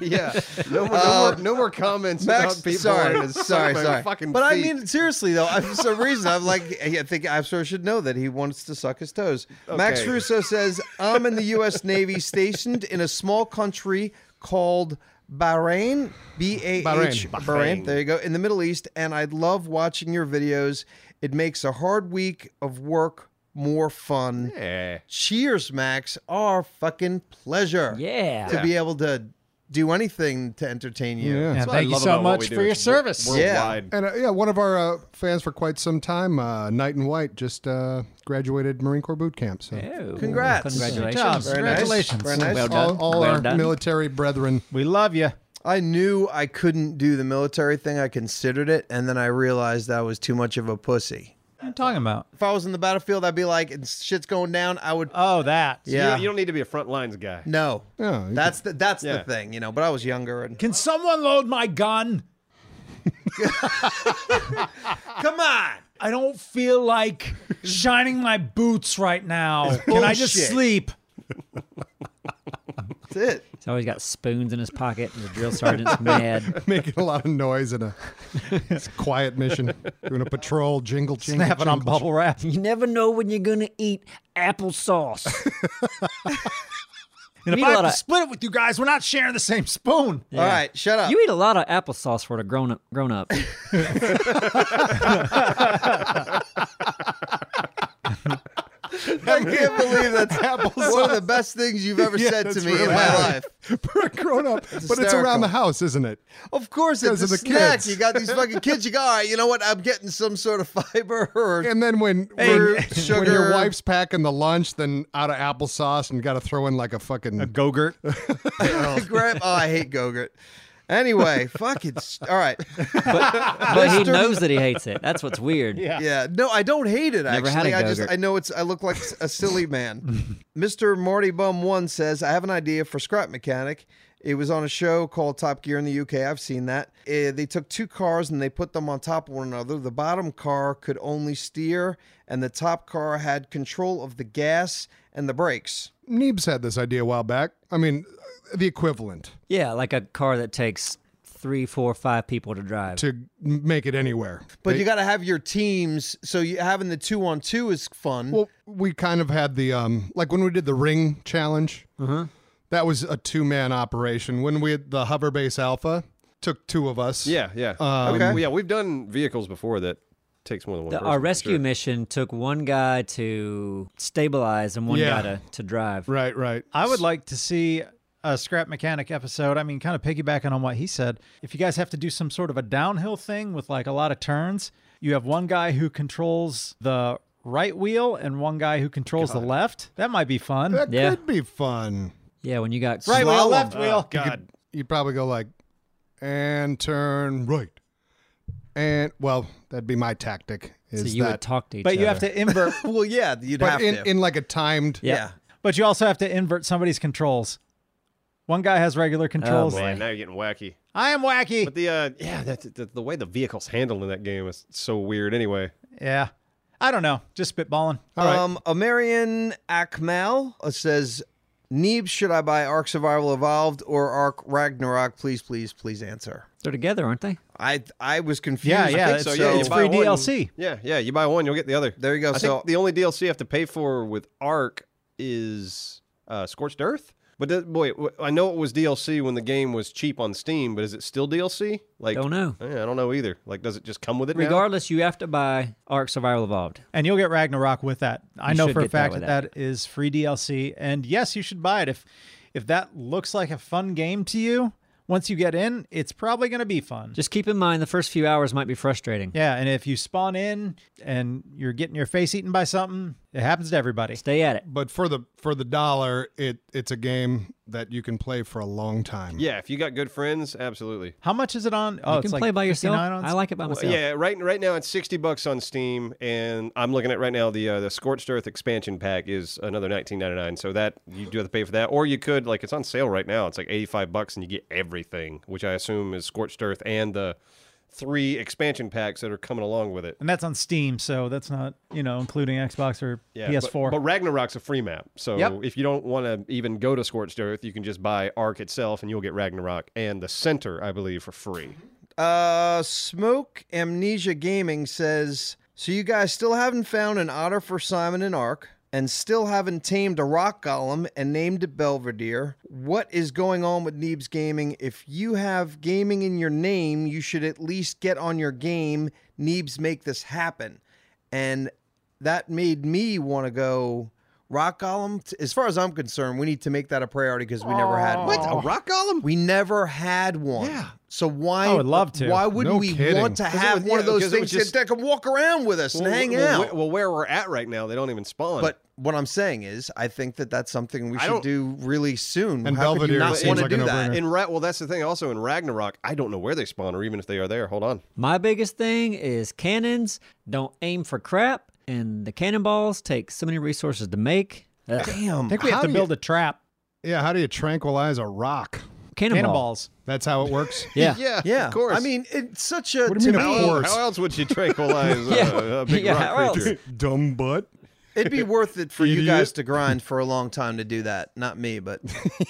D: Yeah. No more, no more, no more comments
A: Uh, Max,
D: about people. wanting
A: sorry,
D: to suck
A: <laughs> sorry,
D: my
A: sorry.
D: Fucking
A: But I
D: feet.
A: mean, seriously though, I- for some reason, I'm like, <laughs> I think Absor should know that he wants to suck his toes. Max
D: Okay.
A: Russo says, "I'm in the U.S. Navy, stationed in a small country called." Bahrain, B A H
B: Bahrain.
A: Bahrain. There you go. In the Middle East, and I love watching your videos. It makes a hard week of work more fun.
D: yeah.
A: Cheers, Max. Our fucking pleasure.
E: Yeah.
A: To be able to do anything to entertain you.
B: Yeah.
C: Yeah,
D: That's what I
C: thank you
D: love
C: so
D: about what
C: much
D: we do.
C: for your
D: It's wor-
C: service.
A: Yeah.
D: Worldwide.
B: And uh, yeah, one of our uh, fans for quite some time, uh, Knight and White, just uh, graduated Marine Corps boot camp. So
E: Oh,
A: Congrats.
E: Congratulations.
C: Good job.
A: Very nice.
C: Congratulations.
A: Very nice.
E: Well done.
B: all, all
E: well
B: our
E: done.
B: military brethren. <laughs>
C: We love you.
A: I knew I couldn't do the military thing. I considered it, and then I realized I was too much of a pussy.
C: What are you talking about?
A: If I was in the battlefield, I'd be like, and shit's going down. I would.
C: Oh, that.
A: yeah.
D: You, you don't need to be a front lines guy.
A: no.
B: Yeah, you
A: that's the that's
D: Yeah.
A: the thing, you know. But I was younger, and
C: Can someone load my gun?
A: come on,
C: I don't feel like shining my boots right now. Can I just
A: Bullshit.
C: sleep?
A: that's it.
E: He's always got spoons in his pocket, and the drill sergeant's <laughs> mad.
B: Making a lot of noise in a it's a quiet mission, doing a patrol, jingle, jingle,
C: Snapping on
B: jingle.
C: bubble wrap.
E: You never know when you're gonna eat applesauce.
C: And if
E: eat a
C: I have
E: lot
C: to
E: of-
C: split it with you guys, we're not sharing the same spoon.
A: All right, shut up.
E: you eat a lot of applesauce for a grown up. Grown up.
A: I can't
B: <laughs>
A: believe that's
B: Applesauce.
A: one of the best things you've ever
B: <laughs> Yeah,
A: said to
B: that's
A: me in
B: really
A: my
B: bad.
A: life.
B: <laughs> for a grown up, but it's
A: hysterical.
B: around the house, isn't it?
A: Of course, it's
B: Because
A: a
B: of the
A: snack.
B: kids.
A: You got these fucking kids. You go, all right. You know what? I'm getting some sort of <laughs> fiber or
B: And then when
A: fruit,
B: <laughs> when,
A: sugar.
B: when your wife's packing the lunch, then out of applesauce and got to throw in like a fucking
C: Gogurt.
A: <laughs> Grab. Oh, I hate Gogurt.
B: <laughs>
A: Anyway, fuck it. All right.
E: But he knows that he hates it. That's what's weird. Yeah.
A: Yeah. No, I don't hate it.
E: Never had
A: Actually,
E: a
A: I just
E: Gogurt.
A: I know it's. I look like a silly man. Mister Marty Bum One says I have an idea for Scrap Mechanic. It was on a show called Top Gear in the UK. I've seen that. Eh, they took two cars and they put them on top of one another. The bottom car could only steer, and the top car had control of the gas and the brakes.
B: Neebs had this idea a while back. I mean, the equivalent
E: like a car that takes three, four, five people to drive.
B: to make it anywhere.
A: But you got to have your teams. So you, having the two on two is fun.
B: Well, we kind of had the um, like when we did the ring challenge.
A: Uh-huh.
B: That was a two man operation. When we had the hover base alpha, took two of us.
D: Yeah, yeah.
A: Uh, Okay.
D: We- yeah, we've done vehicles before that takes more than one
E: The-
D: person.
E: our
D: for
E: rescue
D: sure.
E: mission took one guy to stabilize and one
B: Yeah.
E: guy to, to drive.
B: Right. Right.
C: I would like to see a scrap mechanic episode. I mean, kind of piggybacking on what he said. If you guys have to do some sort of a downhill thing with like a lot of turns, you have one guy who controls the right wheel and one guy who controls the left. That might be fun.
B: That
E: Yeah.
B: could be fun.
E: Yeah, when you got
C: right wheel,
A: slalom.
C: left wheel.
D: God.
B: You'd probably go like, and turn right, and well, that'd be my tactic. Is
E: so you
B: that,
E: would talk to each
C: But
E: other.
C: you have to invert. <laughs>
A: Well, yeah, you'd
B: but
A: have
B: in,
A: to.
B: in like a timed.
A: yeah.
C: but you also have to invert somebody's controls. One guy has regular controls.
E: Oh, boy.
D: Man, Oh, now you're getting wacky.
C: I am wacky.
D: But the uh, yeah, that, the, the way the vehicles handled in that game is so weird. Anyway,
C: yeah. I don't know. Just spitballing.
B: All right.
A: Um, Amerian Akmal uh, says, Neeb, should I buy Ark Survival Evolved or Ark Ragnarok? Please, please, please answer.
E: They're together, aren't they?
A: I I was confused.
C: Yeah, yeah.
D: so,
C: it's, uh,
D: yeah, you
C: it's
D: buy
C: free
D: one-
C: DLC.
D: yeah, yeah, you buy one, you'll get the other.
A: There you go.
D: I
A: So-
D: think the only DLC you have to pay for with Ark is uh, Scorched Earth. But that, boy, w- I know it was DLC when the game was cheap on Steam, but is it still DLC? Like,
E: Don't know.
D: Yeah, I don't know either. Like, does it just come with it? now?
E: Regardless, you have to buy Ark Survival Evolved.
C: And you'll get Ragnarok with that. I
E: You
C: know
E: should
C: for a
E: get that
C: fact that
E: with
C: that is free DLC. And yes, you should buy it if if that looks like a fun game to you. once you get in, it's probably going to be fun.
E: Just keep in mind the first few hours might be frustrating.
C: yeah, and if you spawn in and you're getting your face eaten by something, it happens to everybody.
E: Stay at it.
B: But for the for the dollar, it it's a game that you can play for a long time.
D: Yeah, if you got good friends, absolutely.
C: How much is it on? Oh,
E: You
C: it's
E: can
C: like
E: play by yourself.
C: 59 On
E: I like it by myself.
D: Yeah, right. Right now it's sixty bucks on Steam, and I'm looking at right now the uh, the Scorched Earth expansion pack is another nineteen ninety nine. So that you do have to pay for that, or you could like it's on sale right now. It's like eighty five bucks, and you get everything, which I assume is Scorched Earth and the three expansion packs that are coming along with it.
C: and that's on Steam, so that's not you know including Xbox or
D: Yeah, but-
C: PS4.
D: But, Ragnarok's a free map, so
C: Yep.
D: if you don't want to even go to Scorched Earth, you can just buy Ark itself, and you'll get Ragnarok and the Center, I believe, for free.
A: Uh, Smoke Amnesia Gaming says, so you guys still haven't found an otter for Simon and Ark, and still haven't tamed a rock golem and named it Belvedere. What is going on with Neebs Gaming? If you have gaming in your name, you should at least get on your game. Neebs make this happen, and that made me want to go. Rock Golem, t- as far as I'm concerned, we need to make that a priority because we never had one.
D: A rock golem?
A: We never had one.
D: Yeah.
A: So why?
C: I would love to.
A: Why wouldn't
B: No
A: we
B: kidding.
A: want to
D: 'Cause it
A: have
D: was-
A: one of
D: yeah,
A: those
D: 'cause it was
A: things
D: just-
A: that can walk around with us and hang
D: well,
A: out?
D: wh- Well, where we're at right now, they don't even spawn.
A: but what I'm saying is, I think that that's something we
D: I
A: should
D: don't-
A: do really soon.
B: And
A: How could you
B: Belvedere
A: not
B: seems
A: want
B: like
A: to
B: an
A: do that?
B: no-brainer.
D: in Ra- well, that's the thing. Also in Ragnarok, I don't know where they spawn or even if they are there. Hold on.
E: My biggest thing is cannons don't aim for crap, and the cannonballs take so many resources to make. Uh, Ugh.
A: Damn.
C: I think we have
B: How
C: to
B: do
C: build a trap.
B: Yeah, how do you tranquilize a rock?
E: Cannonball.
C: Cannonballs.
B: That's how it works.
E: <laughs> Yeah.
D: Yeah,
A: yeah.
D: <laughs> of course.
A: I mean, it's such a.
B: do you
A: to
B: mean, of
A: me,
B: course?
D: how, how else would you tranquilize
E: Yeah.
D: uh, a big
E: Yeah,
D: rock
E: how else?
D: creature?
B: <laughs> Dumb butt.
A: it'd be worth it for you
B: Idiot.
A: guys to grind for a long time to do that. Not me, but <laughs>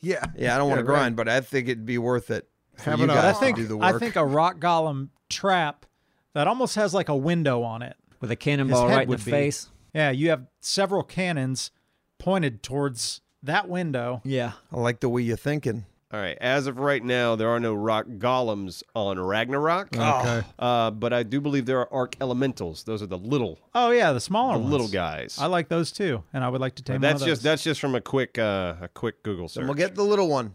B: Yeah.
A: yeah, I don't want to grind, but I think it'd be worth it. For
B: Have
A: you
B: an-
A: guys
B: I
A: to
B: think-
A: do the work.
C: I think a rock golem trap that almost has like a window on it.
E: With a cannonball
C: head
E: right in the
C: would be.
E: face.
C: Yeah, you have several cannons pointed towards that window.
E: Yeah.
A: I like the way you're thinking.
D: All right. As of right now, there are no rock golems on Ragnarok.
B: Okay.
D: Uh, but I do believe there are arc elementals. Those are the little,
C: Oh yeah, the smaller
D: the
C: ones.
D: little guys.
C: I like those too, and I would like to tame
D: that's
C: one of
D: just
C: those.
D: that's just from a quick uh, a quick Google search.
A: And we'll get the little one.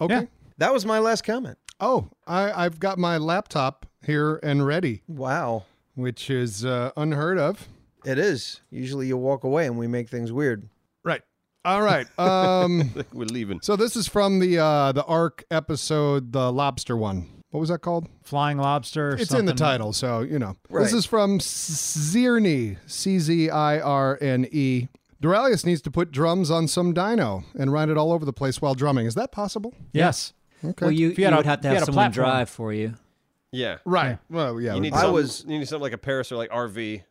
B: Okay.
C: Yeah.
A: That was my last comment.
B: Oh, I, I've got my laptop here and ready,
A: Wow.
B: which is uh, unheard of.
A: It is. Usually you walk away and we make things weird.
B: Right. All right. <laughs> Um,
D: We're leaving.
B: so this is from the uh, the Ark episode, the lobster one. What was that called?
C: flying lobster. Or
B: It's in the
C: something.
B: title, so you know.
A: Right.
B: This is from Zirne, C Z I R N E. Duralius needs to put drums on some dino and ride it all over the place while drumming. Is that possible?
C: Yes.
B: Okay.
E: Well, you,
C: you
E: you,
C: had a-
E: would have to
C: if you
E: have
C: had a
E: someone
C: platform.
E: drive for you.
D: Yeah.
B: right. Well, yeah.
D: You need
A: I
D: something-
A: was-
D: you need something like a Paris or like RV.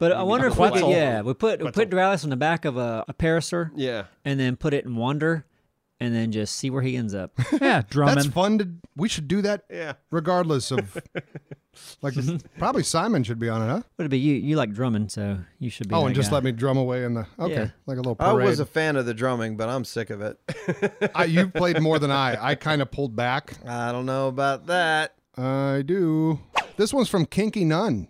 E: But I wonder
D: a
E: if we could,
D: Quetzal.
E: yeah, we put we put Dralis on the back of a, a Parasaur
D: Yeah.
E: and then put it in Wander and then just see where he ends up.
C: <laughs> Yeah, drumming.
B: That's fun to. We should do that.
D: Yeah.
B: Regardless of, like, probably Simon should be on it, huh?
E: Would it be you? You like drumming, so you should be.
B: Oh,
E: that
B: and just
E: guy.
B: let me drum away in the okay,
E: Yeah.
B: like a little
A: I
B: parade.
A: was a fan of the drumming, but I'm sick of it.
B: I, you played more than I. I kind of pulled back.
A: I don't know about that.
B: I do. This one's from Kinky Nun.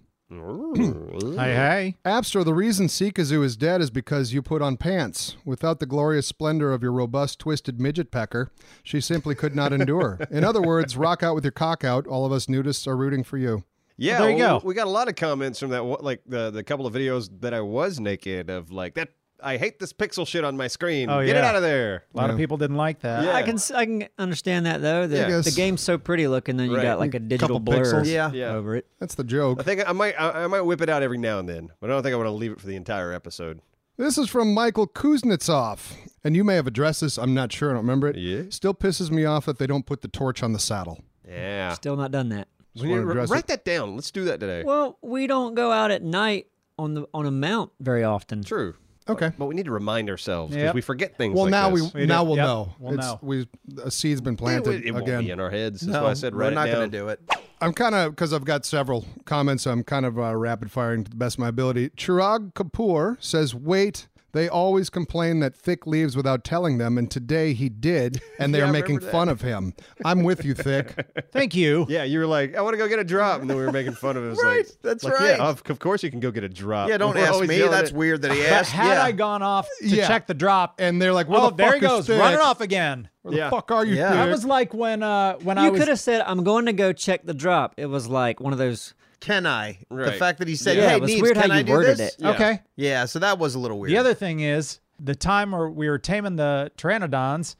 C: hey, hey.
B: Abster, the reason Seekazoo is dead is because you put on pants. Without the glorious splendor of your robust, twisted midget pecker, she simply could not endure. In other words, rock out with your cock out. All of us nudists are rooting for you.
D: Yeah,
C: Well, there you
D: well,
C: go.
D: We got a lot of comments from that, one- like the the couple of videos that I was naked of, like that. I hate this pixel shit on my screen.
C: Oh,
D: Get it
C: yeah.
D: out of there.
C: A lot of people didn't like that.
D: Yeah.
E: I can s- I can understand that though. The,
D: Yeah.
B: Yes.
E: the game's so pretty looking, then you
D: Right.
E: got like a digital
B: Couple
E: blur
B: pixels.
A: Yeah.
D: Yeah.
E: over it.
B: That's the
D: I
B: joke.
D: think I might I, I might whip it out every now and then, but I don't think I want to leave it for the entire episode.
B: This is from Michael Kuznetsov. And you may have addressed this. I'm not sure. I don't remember it.
D: Yeah.
B: Still pisses me off that they don't put the torch on the saddle.
D: Yeah.
E: Still not done that.
D: We need to
B: wanna
D: wr-
B: address
D: write that down. Let's do that today.
E: Well, we don't go out at night on the on a mount very often.
D: True.
B: Okay.
D: But we need to remind ourselves because
C: Yep.
D: we forget things.
B: Well,
D: like
B: now
D: this.
B: we, now
C: do.
B: we'll
C: Yep.
B: know.
C: We'll know.
B: We a seed's been
D: It,
B: planted
D: it won't
B: again.
D: be in our heads. That's why I said write
A: we're not
D: it down.
A: gonna do it.
B: I'm kind of because I've got several comments. I'm kind of uh, rapid firing to the best of my ability. Chirag Kapoor says, "Wait." They always complain that Thick leaves without telling them, and today he did, and they
D: Yeah, I
B: are making
D: remember that.
B: fun of him. I'm with you, Thick.
C: Thank you.
D: Yeah, you were like, I want to go get a drop, and then we were making fun of it. It was
A: Right,
D: like-
A: that's
D: like,
A: right.
D: Yeah, of, of course you can go get a drop.
A: Yeah, don't
D: We're
A: ask
D: always
A: me.
D: yelling
A: That's <laughs>
D: at-
A: weird that he
C: But
A: asked.
C: had
A: yeah.
C: I gone off to
B: Yeah.
C: check the drop,
B: And they're like, "Where
C: oh,
B: the
C: there
B: fuck
C: he
B: is
C: goes,
B: Thick?"
C: running off again.
B: Where the
D: Yeah.
B: fuck are you?
A: Yeah.
C: That
B: Dick?
C: was like when uh when I
E: You
C: was
E: could have said, "I'm going to go check the drop." It was like one of those.
A: Can I? The
D: Right.
A: fact that he said,
E: Yeah,
A: "Hey,
E: it was
A: Neebs,
E: weird how
A: can I
E: you
A: do
E: worded
A: this?"
E: it.
D: Yeah.
C: okay.
A: Yeah, so that was a little weird.
C: The other thing is the time where we were taming the pteranodons,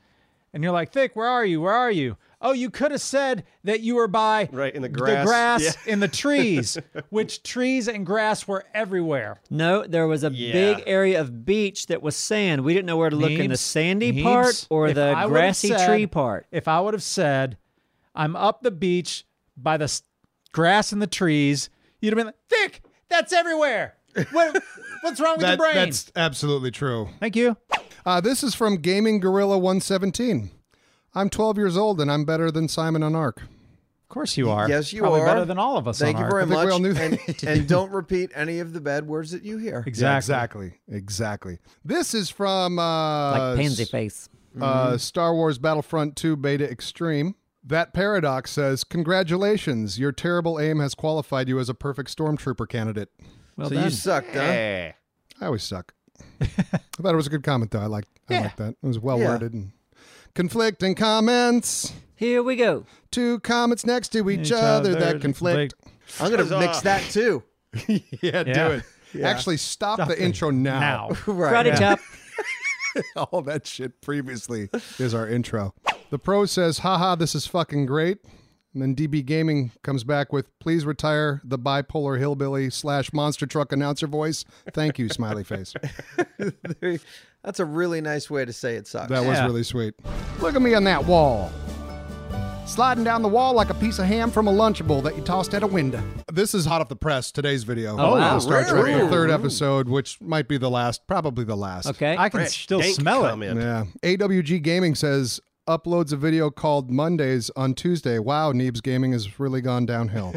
C: and you're like, Thick, where are you? Where are you? Oh, you could have said that you were by
D: Right, in the grass.
C: the grass
D: Yeah.
C: in
D: <laughs>
C: the trees, which trees and grass were everywhere.
E: No, there was a
D: Yeah.
E: big area of beach that was sand. We didn't know where to look in the
C: Neebs,
E: sandy
C: Neebs,
E: part or
C: if
E: the
C: I would've
E: grassy
C: said-
E: tree part.
C: If I would have said, I'm up the beach by the s- grass and the trees, you'd have been like, Thick, that's everywhere.
E: <laughs>
C: What, what's wrong with
B: That-
C: your brain?
B: That's absolutely true.
C: Thank you.
B: Uh, this is from Gaming Gorilla 117. I'm 12 years old and I'm better than Simon on Arc.
C: Of course you are.
A: Yes, you
C: Probably
A: are.
C: better than all of us.
A: Thank
C: on
A: you
C: our-
A: very
B: think we
A: much.
B: all knew
A: and, and don't repeat any of the bad words that you hear.
C: Exactly.
B: Exactly. Exactly. This is from uh,
E: Like pansy
B: s-
E: face.
B: uh, Star Wars Battlefront 2 Beta Extreme. That paradox says, "Congratulations! Your terrible aim has qualified you as a perfect stormtrooper candidate."
E: Well
A: so
E: done.
A: you sucked, huh?
D: Yeah.
B: I always suck. I thought it was a good comment though. I liked. I liked that. It was well
A: Yeah.
B: worded and conflicting comments.
E: Here we go.
B: Two comments next to each,
C: Each
B: other,
C: other
B: that conflict.
A: I'm gonna
D: Huzzah.
A: mix that too.
B: <laughs> Yeah,
C: Yeah.
B: do it. Actually, stop,
C: Stop
B: the
C: it
B: intro <laughs> now.
C: Now.
A: Right.
E: Karate chop.
B: <laughs> All that shit previously is our intro. The pro says, haha, this is fucking great. And then DB Gaming comes back with, please retire the bipolar hillbilly slash monster truck announcer voice. Thank
E: <laughs>
B: you, smiley face.
A: That's a really nice way to say it sucks.
B: That was
C: Yeah.
B: really sweet. Look at me on that wall. Sliding down the wall like a piece of ham from a Lunchable that you tossed at a window. This is hot off the press, today's video.
E: Oh, wow.
B: Star Trek,
A: Really?
B: the third episode, which might be the last, probably the last.
E: Okay.
C: I can
D: Fresh
C: still
D: dank
C: smell it.
D: comment.
B: Yeah. AWG Gaming says uploads a video called Mondays on Tuesday. Wow, Neebs Gaming has really gone downhill.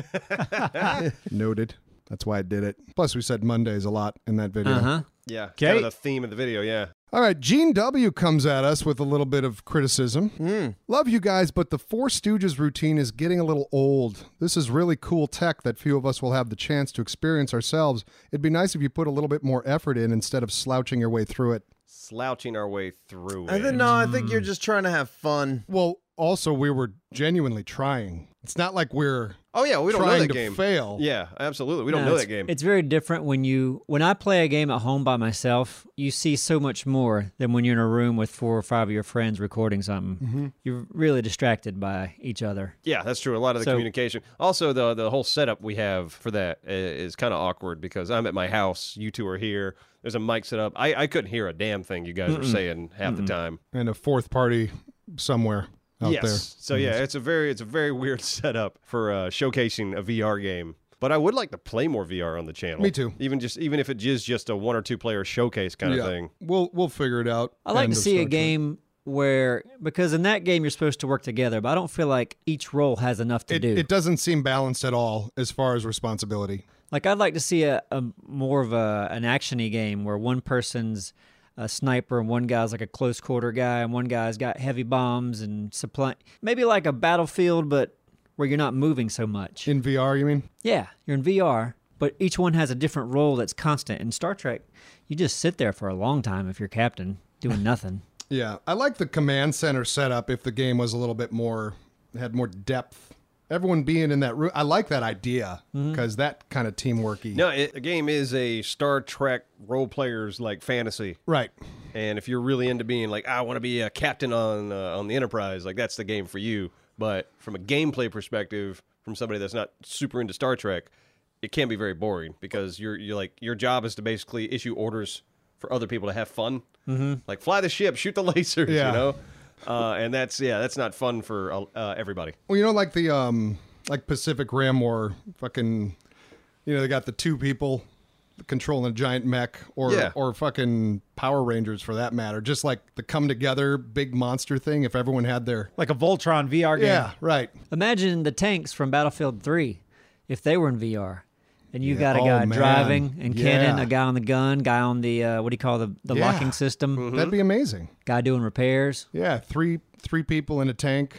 B: Noted. That's why I did it. Plus, we said Mondays a lot in that video.
E: Uh-huh.
D: Yeah. Kind
C: Okay.
D: of the theme of the video, yeah.
B: All right, Gene W comes at us with a little bit of criticism. Love you guys, but the Four Stooges routine is getting a little old. This is really cool tech that few of us will have the chance to experience ourselves. It'd be nice if you put a little bit more effort in instead of slouching your way through it.
D: Slouching our way through
A: I
D: it.
A: think no, I think
E: Mm.
A: you're just trying to have fun.
B: Well, also we were genuinely trying. It's not like we're
D: oh yeah, we don't know
B: trying
D: that
B: to
D: game.
B: fail.
D: Yeah, absolutely. We don't
E: No,
D: know
E: it's-
D: that game.
E: It's very different when you when I play a game at home by myself, you see so much more than when you're in a room with four or five of your friends recording something.
B: Mm-hmm.
E: You're really distracted by each other.
D: Yeah, that's true. A lot of the
E: So-
D: communication. Also, the the whole setup we have for that i- is kind of awkward because I'm at my house. You two are here. There's a mic set up. I, I couldn't hear a damn thing you guys were saying half the time.
B: And a fourth party somewhere out Mm-hmm.
D: yes. So yeah, it's a very it's a very weird <laughs> setup for uh, showcasing a VR game. But I would like to play more VR on the channel.
B: Me too.
D: Even just even if it is just a one or two player showcase kind
B: there.
D: of thing.
B: We'll we'll figure it out.
E: I like
B: End
E: to
B: of
E: see
B: Star
E: a
B: Trek.
E: game where because in that game you're supposed to work together, but I don't feel like each role has enough to
B: It,
E: do.
B: it doesn't seem balanced at all as far as responsibility.
E: Like I'd like to see a, a more of a an actiony game where one person's a sniper and one guy's like a close quarter guy and one guy's got heavy bombs and supply. Maybe like a battlefield, but where you're not moving so much.
B: In VR, you mean?
E: yeah, you're in VR, but each one has a different role that's constant. In Star Trek, you just sit there for a long time if you're captain doing <laughs> nothing.
B: Yeah. I like the command center setup if the game was a little bit more had more depth. Everyone being in that room, I like that idea
E: Mm-hmm.
B: because that kind of teamworky.
D: No, it, the game is a Star Trek role players like fantasy.
B: Right.
D: And if you're really into being like, I want to be a captain on uh, on the Enterprise, like that's the game for you. But from a gameplay perspective, from somebody that's not super into Star Trek, it can be very boring because you're you're like your job is to basically issue orders for other people to have fun, mm-hmm. like fly the ship, shoot the <laughs> lasers,
B: Yeah.
D: you know. Uh, and that's yeah, that's not fun for uh, everybody.
B: Well, you know, like the um, like Pacific Rim or fucking, you know, they got the two people controlling a giant mech, or
D: Yeah.
B: or fucking Power Rangers for that matter. Just like the come together big monster thing. If everyone had their
C: Like a Voltron VR game.
B: yeah, right.
E: Imagine the tanks from Battlefield 3 if they were in VR. And you got a
B: Oh,
E: guy
B: man.
E: driving and cannon,
B: Yeah.
E: a guy on the gun, guy on the uh, what do you call the the
B: Yeah. Mm-hmm.
E: locking system,
B: That'd be amazing.
E: guy doing repairs.
B: Yeah, three three people in a tank.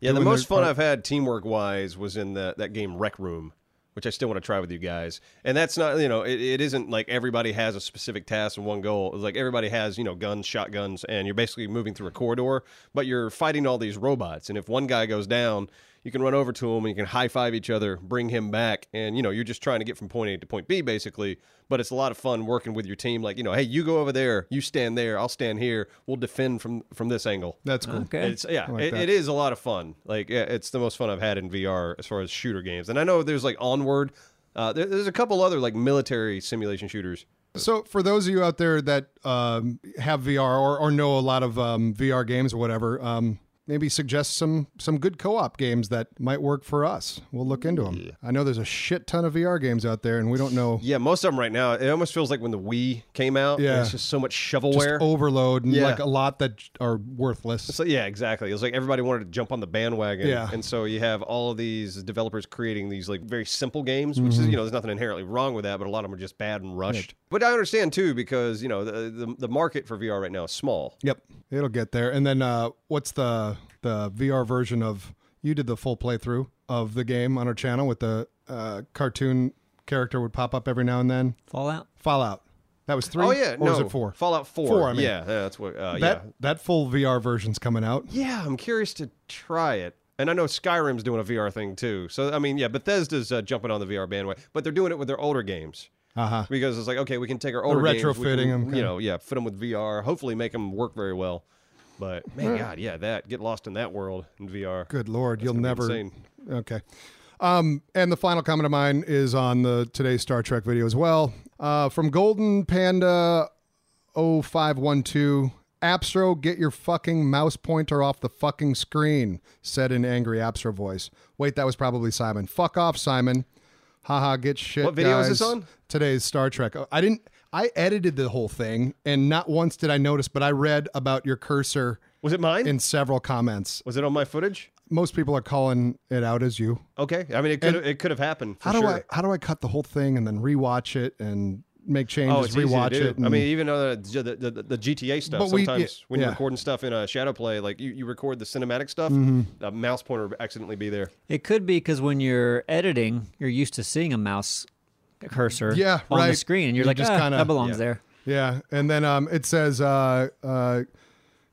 D: Yeah, the
B: doing
D: most
B: their
D: fun
B: part.
D: I've had teamwork wise was in the, that game Rec Room, which I still want to try with you guys. And that's not, you know, it, it isn't like everybody has a specific task and one goal. It's like everybody has, you know, guns, shotguns, and you're basically moving through a corridor, but you're fighting all these robots. And if one guy goes down, you can run over to him and you can high five each other, bring him back, and you know you're just trying to get from point A to point B basically. But it's a lot of fun working with your team. Like you know, hey, you go over there, you stand there, I'll stand here. We'll defend from from this angle.
B: That's cool.
E: Okay.
D: It's yeah,
B: like
D: it,
B: that.
D: it is a lot of fun. Like yeah, it's the most fun I've had in VR as far as shooter games. And I know there's like Onward. Uh, there, there's a couple other like military simulation shooters.
B: So, for those of you out there that um, have VR or, or know a lot of um, VR games or whatever, um, maybe suggest some some good co-op games that might work for us. We'll look into them. I know there's a shit ton of VR games out there, and we don't
D: <laughs>
B: know
D: Yeah, most of them right now. It almost feels like when the Wii came out.
B: Yeah.
D: it's just so much
B: just
D: shovelware.
B: overload and
D: Yeah.
B: like a lot that are worthless.
D: So yeah, exactly. It was like everybody wanted to jump on the bandwagon,
B: Yeah.
D: and so you have all of these developers creating these like very simple games, which is
B: Mm-hmm.
D: you know there's nothing inherently wrong with that, but a lot of them are just bad and rushed. But I understand too because you know the, the the market for VR right now is small.
B: Yep, it'll get there. And then uh, what's the the VR version of? You did the full playthrough of the game on our channel with the uh, cartoon character would pop up every now and then.
E: Fallout.
B: Fallout. That was three.
D: Oh yeah,
B: or
D: no,
B: was it four?
D: Fallout Four.
B: Four, I mean.
D: Yeah, yeah, that's what. Uh,
B: That that full VR version's coming out.
D: yeah, yeah. I'm curious to try it. And I know Skyrim's doing a VR thing too. So I mean, yeah, Bethesda's uh, jumping on the VR bandwagon, but they're doing it with their older games.
B: Uh huh.
D: because it's like okay, we can take our older games, we
B: retrofitting
D: can,
B: 'em,
D: you
B: kinda.
D: know, yeah, fit them with VR. Hopefully, make them work very well. But man, God, yeah, that get lost in that world in VR.
B: Good lord, you'll
D: gonna
B: never.
D: be insane.
B: Okay. Um, and the final comment of mine is on the today's Star Trek video as well. Uh, from Golden Panda 0512. Apstro, get your fucking mouse pointer off the fucking screen, said an angry Apstro voice. Wait, that was probably Simon. Fuck off, Simon. Haha, get shit.
D: What video is
B: guys.
D: this on?
B: Today's Star Trek. Oh, I didn't. I edited the whole thing, and not once did I notice, but I read about your cursor
D: Was it mine?
B: in several comments.
D: was it on my footage?
B: Most people are calling it out as you.
D: Okay, I mean, it could it could have happened. For
B: how do
D: sure.
B: I how do I cut the whole thing and then rewatch it and make changes,
D: Oh, it's
B: rewatch
D: easy to do.
B: it? and-
D: I mean, even uh, the, the, the, the GTA stuff.
B: But we-
D: sometimes
B: yeah,
D: when
B: yeah.
D: you're recording stuff in a shadow play, like you, you record the cinematic stuff,
B: Mm-hmm.
D: a mouse pointer would accidentally be there.
E: It could be because when you're editing, you're used to seeing a mouse cursor
B: Yeah,
E: on the
B: right.
E: screen. And you're
B: You
E: like,
B: just
E: "Ah,
B: kinda-
E: that belongs
D: yeah.
E: there.
B: yeah. And then um, it says, uh, uh,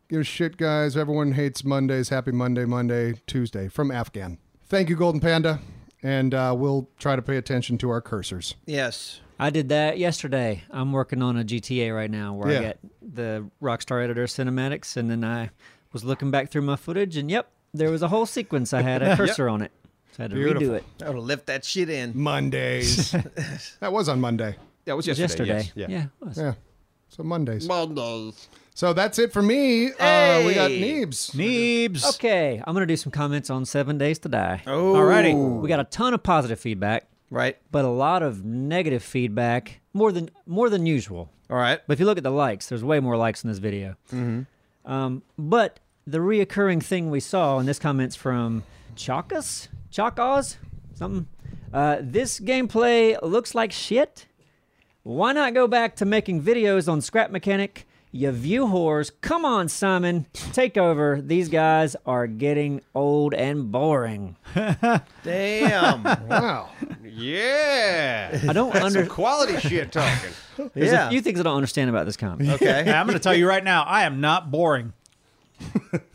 B: "Give a shit, guys. Everyone hates Mondays. Happy Monday, Monday, Tuesday." From Afghan. Thank you, Golden Panda, and uh, we'll try to pay attention to our cursors.
A: Yes.
E: I did that yesterday. I'm working on a GTA right now where
B: Yeah.
E: I get the Rockstar Editor cinematics, and then I was looking back through my footage, and yep, there was a whole sequence I had a cursor on it. So I had to
B: Beautiful.
E: redo it.
A: I would have left that shit in.
D: <laughs>
B: Mondays. that was on Monday.
D: That was yesterday.
E: Yesterday.
D: yes,
E: Yeah.
D: yeah.
E: it was.
B: Yeah. So Mondays.
A: Mondays.
B: So that's it for me. Uh, we got Neebs.
C: Neebs.
E: Okay, I'm going to do some comments on Seven Days to Die.
A: Oh.
C: Alrighty.
E: We got a ton of positive feedback,
A: Right.
E: but a lot of negative feedback, more than more than usual.
A: All right.
E: But if you look at the likes, there's way more likes in this video.
A: Mm-hmm.
E: Um, but the reoccurring thing we saw, and this comment's from Chakas, Chakas, something. Uh, this gameplay looks like shit. Why not go back to making videos on scrap mechanic? You view whores. Come on, Simon, take over. These guys are getting old and boring.
A: Damn.
B: Wow.
D: Yeah.
E: <laughs> I
A: <laughs>
E: don't
D: Some
E: under.
D: quality shit talking.
E: There's
A: yeah.
E: a few things I don't understand about this
A: <laughs>
E: comment.
C: Hey,
E: <laughs>
A: okay.
C: I'm going to tell you right now, I am not boring.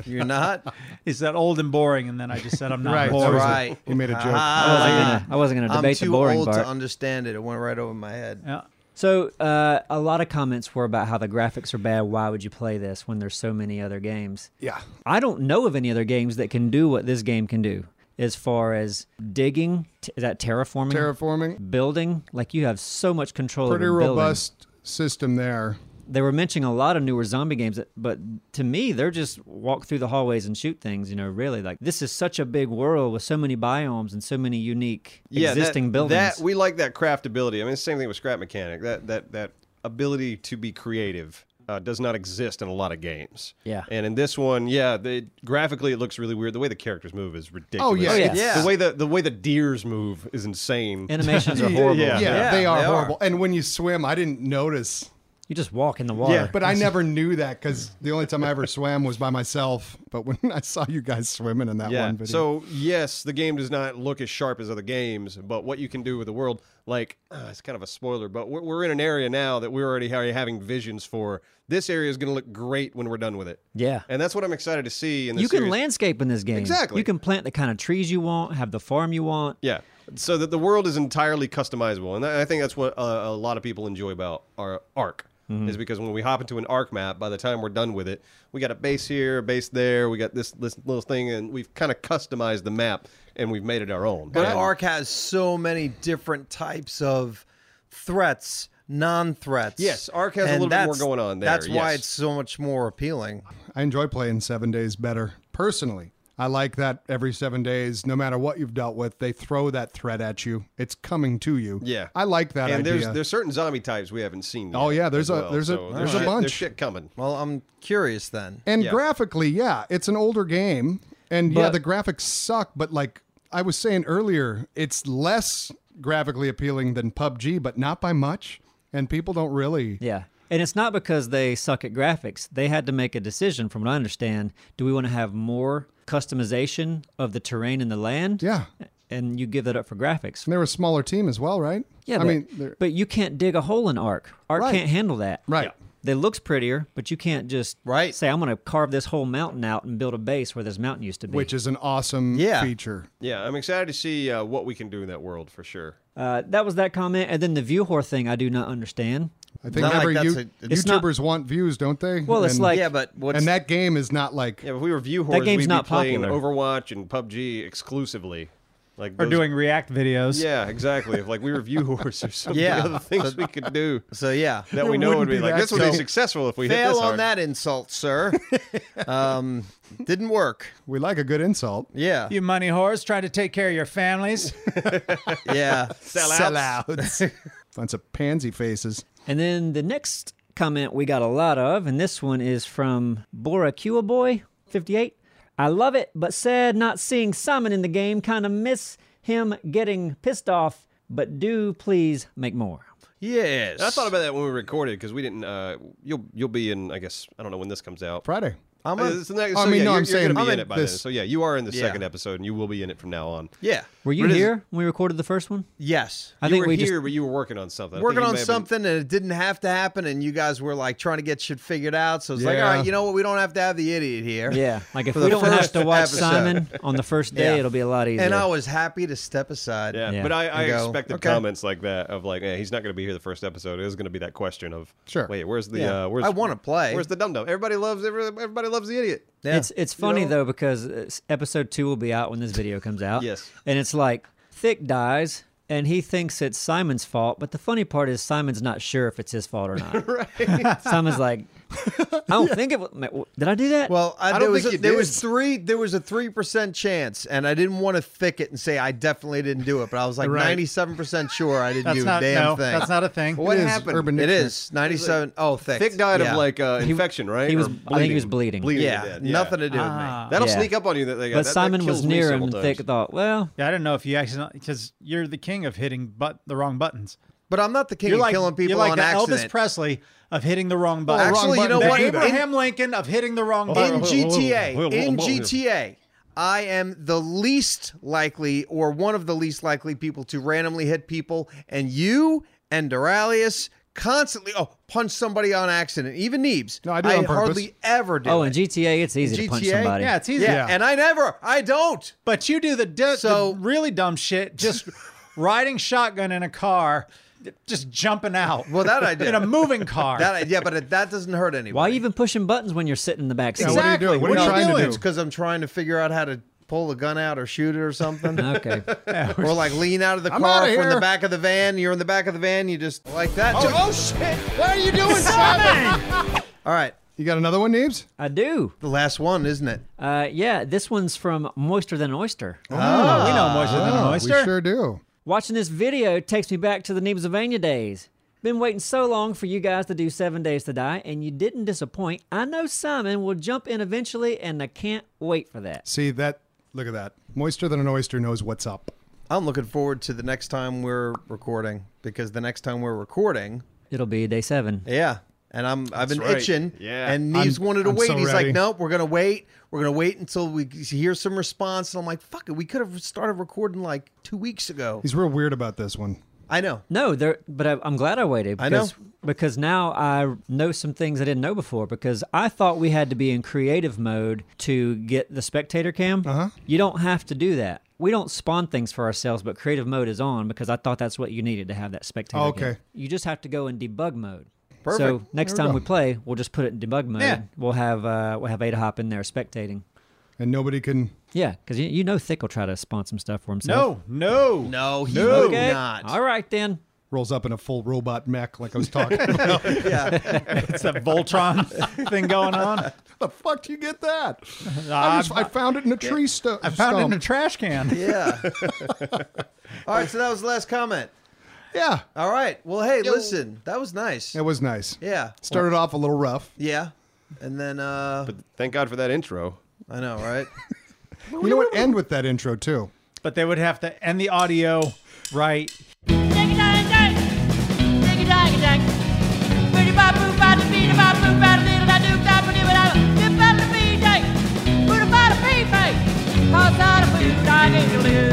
A: You're not.
C: He said old and boring, and then I just said I'm
B: <laughs>
C: not
B: Right.
C: boring.
A: Right.
B: He made a joke.
E: I wasn't
A: Ah,
E: gonna. I wasn't gonna
A: I'm
E: debate the
A: too
E: boring
A: old
E: part.
A: to understand it. It went right over my head.
C: Yeah.
E: So uh, a lot of comments were about how the graphics are bad. Why would you play this when there's so many other games?
B: yeah.
E: I don't know of any other games that can do what this game can do, as far as digging. T- is that terraforming?
B: Terraforming.
E: building. Like you have so much control.
B: Pretty
E: over building.
B: robust system there.
E: They were mentioning a lot of newer zombie games, that, but to me, they're just walk through the hallways and shoot things. You know, really like this is such a big world with so many biomes and so many unique
D: yeah,
E: existing
D: that,
E: buildings.
D: That we like that craftability. I mean, it's the same thing with scrap mechanic. That that that ability to be creative uh, does not exist in a lot of games.
E: Yeah.
D: and in this one, yeah, they, graphically it looks really weird. The way the characters move is ridiculous.
B: yeah. Oh,
E: yeah.
A: Yeah.
D: The way the the way the deers move is insane.
E: Animations are horrible.
D: <laughs>
B: Yeah,
D: Yeah.
A: Yeah,
B: they are
A: they are.
B: horrible. And when you swim, I didn't notice.
E: You just walk in the water.
B: But
D: <laughs>
B: I never knew that because the only time I ever swam was by myself. But when <laughs> I saw you guys swimming in that
D: Yeah.
B: one video,
D: So yes, the game does not look as sharp as other games, but what you can do with the world, like <clears throat> uh, it's kind of a spoiler, but we're, we're in an area now that we're already already having visions for. This area is going to look great when we're done with it.
E: Yeah.
D: And that's what I'm excited to see. In the
E: you can
D: series.
E: landscape in this game.
D: Exactly.
E: You can plant the kind of trees you want, have the farm you want.
D: Yeah. So that the world is entirely customizable, and I I think that's what uh, a lot of people enjoy about our arc
E: Mm-hmm.
D: is because when we hop into an arc map, by the time we're done with it, we got a base here, a base there, we got this this little thing, and we've kind of customized the map and we've made it our own.
A: But
D: And-
A: Ark has so many different types of threats, non-threats.
D: Yes, Ark has a little bit more
A: that's-
D: going on there,
A: That's why
D: yes.
A: it's so much more appealing.
B: I enjoy playing seven days better personally. I like that every seven days, no matter what you've dealt with, they throw that threat at you. It's coming to you.
D: Yeah.
B: I like that
D: and
B: idea.
D: there's there's certain zombie types we haven't seen.
B: Oh,
D: yet
B: yeah, there's
D: as
B: a-
D: well.
B: there's a-
D: So
B: there's a
D: shit-
B: bunch.
D: There's shit coming.
A: Well, I'm curious then.
B: And
D: Yeah.
B: graphically, yeah, it's an older game, and yeah,
E: But-
B: the graphics suck. But like I was saying earlier, it's less graphically appealing than PUBG, but not by much. And people don't really.
E: Yeah. And it's not because they suck at graphics. They had to make a decision, from what I understand. Do we want to have more customization of the terrain and the land?
B: Yeah.
E: And you give that up for graphics.
B: And they're a smaller team as well, right?
E: Yeah,
B: I
E: but,
B: mean, they're-
E: but you can't dig a hole in Ark. Ark
B: Right.
E: can't handle that.
B: right.
E: It looks prettier, but you can't just
A: Right.
E: say, I'm going to carve this whole mountain out and build a base where this mountain used to be.
B: Which is an awesome
A: Yeah.
B: feature.
D: Yeah, I'm excited to see uh, what we can do in that world for sure.
E: uh, that was that comment. And then the view whore thing, I do not understand.
B: I think
A: Not like
B: every
A: that's
B: you-
A: a-
E: It's not-
B: YouTubers want views, don't they?
E: Well, it's
B: And-
E: like-
A: yeah, but what's
B: and that game is not like
D: Yeah, if we were view hordes,
E: game's
D: we'd
E: not
D: be playing
E: popular.
D: Overwatch and PUBG exclusively. Like
C: Or
D: those-
C: doing React videos.
D: <laughs> Yeah, exactly. If like we were view hordes or something,
A: Yeah.
D: other things we
B: <laughs>
D: could do
A: so yeah.
D: that we know would
B: wouldn't
D: be
B: be
D: like
B: that
D: this would be
B: so-
D: successful if we hit
A: Fail
D: this
A: on
D: hard.
A: that insult, sir. um, didn't work.
B: we like a good insult.
A: Yeah,
C: You money whores trying to take care of your families. <laughs>
A: yeah.
B: <laughs> Sellouts. Bunch of pansy faces.
E: And then the next comment we got a lot of, and this one is from Borakua Boy 58. I love it, but sad not seeing Simon in the game. Kind of miss him getting pissed off, but do please make more.
A: Yes.
D: I thought about that when we recorded because we didn't. Uh, you'll you'll be in. I guess I don't know when this comes out.
B: Friday.
A: I'm
D: Uh,
A: a-
D: it's the next-
B: I
D: so,
B: mean,
D: yeah,
B: no,
D: you're,
B: I'm
D: you're
B: saying-
D: gonna
B: I'm
D: be in
B: in
D: it by then.
B: this-
D: So yeah, you are in the
A: Yeah.
D: second episode, and you will be in it from now on.
A: yeah.
E: Were you
D: What is-
E: here when we recorded the first one?
A: Yes.
E: I
D: you
E: think
D: were
E: we
D: here,
E: just
D: but you were working on something. I
A: working
D: think you
A: on
D: may have been-
A: something and it didn't have to happen and you guys were like trying to get shit figured out so it's like all
B: Yeah.
A: right you know what we don't have to have the idiot here
E: <laughs> yeah, like if
A: For
E: we
A: the
E: don't have
A: first
E: to watch
A: episode.
E: Simon on the first day,
A: Yeah.
E: it'll be a lot easier.
A: and i was happy to step aside
D: Yeah,
E: Yeah.
D: but I, I
A: And go,
D: expected
A: okay.
D: comments like that of like, eh, he's not going to be here the first episode. It is going to be that question of,
B: Sure.
D: wait, where's the,
A: Yeah.
D: uh, where's
A: I wanna play.
D: Where's the dum dum? Everybody loves every- everybody loves the idiot.
A: Yeah.
E: It's it's funny though because uh, s- episode two will be out when this video comes out.
D: Yes.
E: and it's like Thick dies, and he thinks it's Simon's fault. But the funny part is Simon's not sure if it's his fault or not. right. <laughs> Simon's like, I don't think it. Was, ma- w- did I do that?
A: well I,
D: I don't
A: there was
D: think
A: a,
D: you
A: there
D: did.
A: was three there was a three percent chance and i didn't want to thick it and say i definitely didn't do it but i was like
B: Right.
A: 97 percent sure i didn't
C: That's
A: do
C: not
A: a damn
C: no,
A: thing
C: That's not a thing.
D: What
B: It is
D: happened?
B: Urban
A: it
B: Dictionary.
A: is 97 oh thick
D: Thick died
A: Yeah.
D: of like uh, infection, right?
E: he was-
D: Or
E: I think he was bleeding.
D: bleeding to
A: yeah,
D: death,
A: nothing to do with
C: Ah.
A: me
D: That'll
E: Yeah.
D: sneak up on you. That, that,
E: but
D: that
E: Simon
D: kills
E: was
D: me
E: near him.
D: several
E: and Thick
D: times.
E: thought, well,
C: Yeah, I don't know if you accidentally because you're the king of hitting but the wrong buttons.
A: but i'm not the king
C: You're
A: of
C: like
A: killing people
C: you're like
A: on
C: the
A: accident
C: Elvis Presley of hitting the wrong button.
A: Actually,
B: wrong
A: you know
B: button.
A: what?
C: the
A: In-
C: Abraham Lincoln of hitting the wrong
A: in
C: button.
A: GTA, in GTA, I am the least likely or one of the least likely people to randomly hit people, and you and Duralius constantly oh punch somebody on accident. Even Neebs,
B: No, I do it on purpose.
A: hardly ever do.
E: oh,
A: it.
E: in GTA, it's easy to punch
A: GTA?
E: somebody.
C: yeah, it's easy.
A: yeah, and I never, I don't.
C: But you do the, di-
A: So-
C: the really dumb
A: <laughs>
C: shit, just riding shotgun in a car, just jumping out.
A: Well, that I did.
C: in a moving
A: <laughs>
C: car.
A: That I, yeah, but it, that doesn't hurt anybody.
E: Why even pushing buttons when you're sitting in the back seat?
B: Yeah, what are you doing? What are you
C: Exactly.
B: trying
C: What are you
B: to
A: It's
B: do?
A: because I'm trying to figure out how to pull the gun out or shoot it
E: <laughs>
A: or something.
E: Okay.
A: Or like lean out of the
B: I'm
A: car
B: outta
A: from the
B: here. Oh,
A: back of the van. You're in the back of the van. You just like that.
B: shit! What are you doing, Simon?
A: All right,
B: you got another one, Neebs?
E: I do.
A: the last one, isn't it?
E: Uh, yeah, this one's from Moister Than Oyster.
C: Oh, we know moister than an
B: Oh,
C: oyster.
B: We sure do.
E: Watching this video takes me back to the Pennsylvania days. Been waiting so long for you guys to do Seven Days to Die, and you didn't disappoint. I know Simon will jump in eventually, and I can't wait for that.
B: See that? Look at that. Moister than an oyster knows what's up.
A: I'm looking forward to the next time we're recording because the next time we're recording,
E: It'll be day seven.
A: yeah, and I'm I've been
D: right.
A: itching.
D: Yeah.
A: And Neves
G: I'm-
A: wanted to
G: I'm
A: wait.
G: so
A: He's
G: ready.
A: like, nope, we're gonna wait. We're gonna wait until we hear some response. And I'm like, fuck it, we could have started recording like two weeks ago.
B: He's real weird about this one.
A: I know.
E: No, there. But I, I'm glad I waited.
A: I know.
E: Because, because now I know some things I didn't know before. Because I thought we had to be in creative mode to get the spectator cam. Uh-huh. You don't have to do that. We don't spawn things for ourselves, but creative mode is on because I thought that's what you needed to have that spectator.
B: Oh, okay.
E: Cam. You just have to go in debug mode.
A: Perfect.
E: So next
B: There we
E: time
B: go.
E: we play, we'll just put it in debug mode.
C: Yeah.
E: We'll have uh, we'll have Ada Hop in there spectating.
B: And nobody can.
E: Yeah, because you, you know Thick will try to spawn some stuff for himself.
C: No, no,
A: No, he
C: No.
A: would
E: Okay.
A: not.
E: All right then.
B: Rolls up in a full robot mech, like I was
C: <laughs>
B: talking. about.
C: It's that Voltron
A: <laughs>
C: thing going on.
B: the fuck do you get that? I,
C: I,
B: just, I found it in a tree stu-
C: Uh, I found it in a
B: stump.
C: trash can.
G: <laughs>
A: Yeah. All right, so that was the last comment.
B: yeah,
A: All right. Well, hey, listen, that was nice.
B: it was nice.
A: Yeah.
B: Started off a little rough.
A: Yeah. And then uh
D: But thank God for that intro.
A: I know, right?
B: You know what? End with that intro too.
C: But they would have to end the audio right
H: Dig a dang dang, dig a dang dang. Booty bop boo bop da bee da bop boo bop da dee da doo da ba dee ba da. Dip bop da bee day, boo da bop da bee bay. Pass out a boo dang a loo.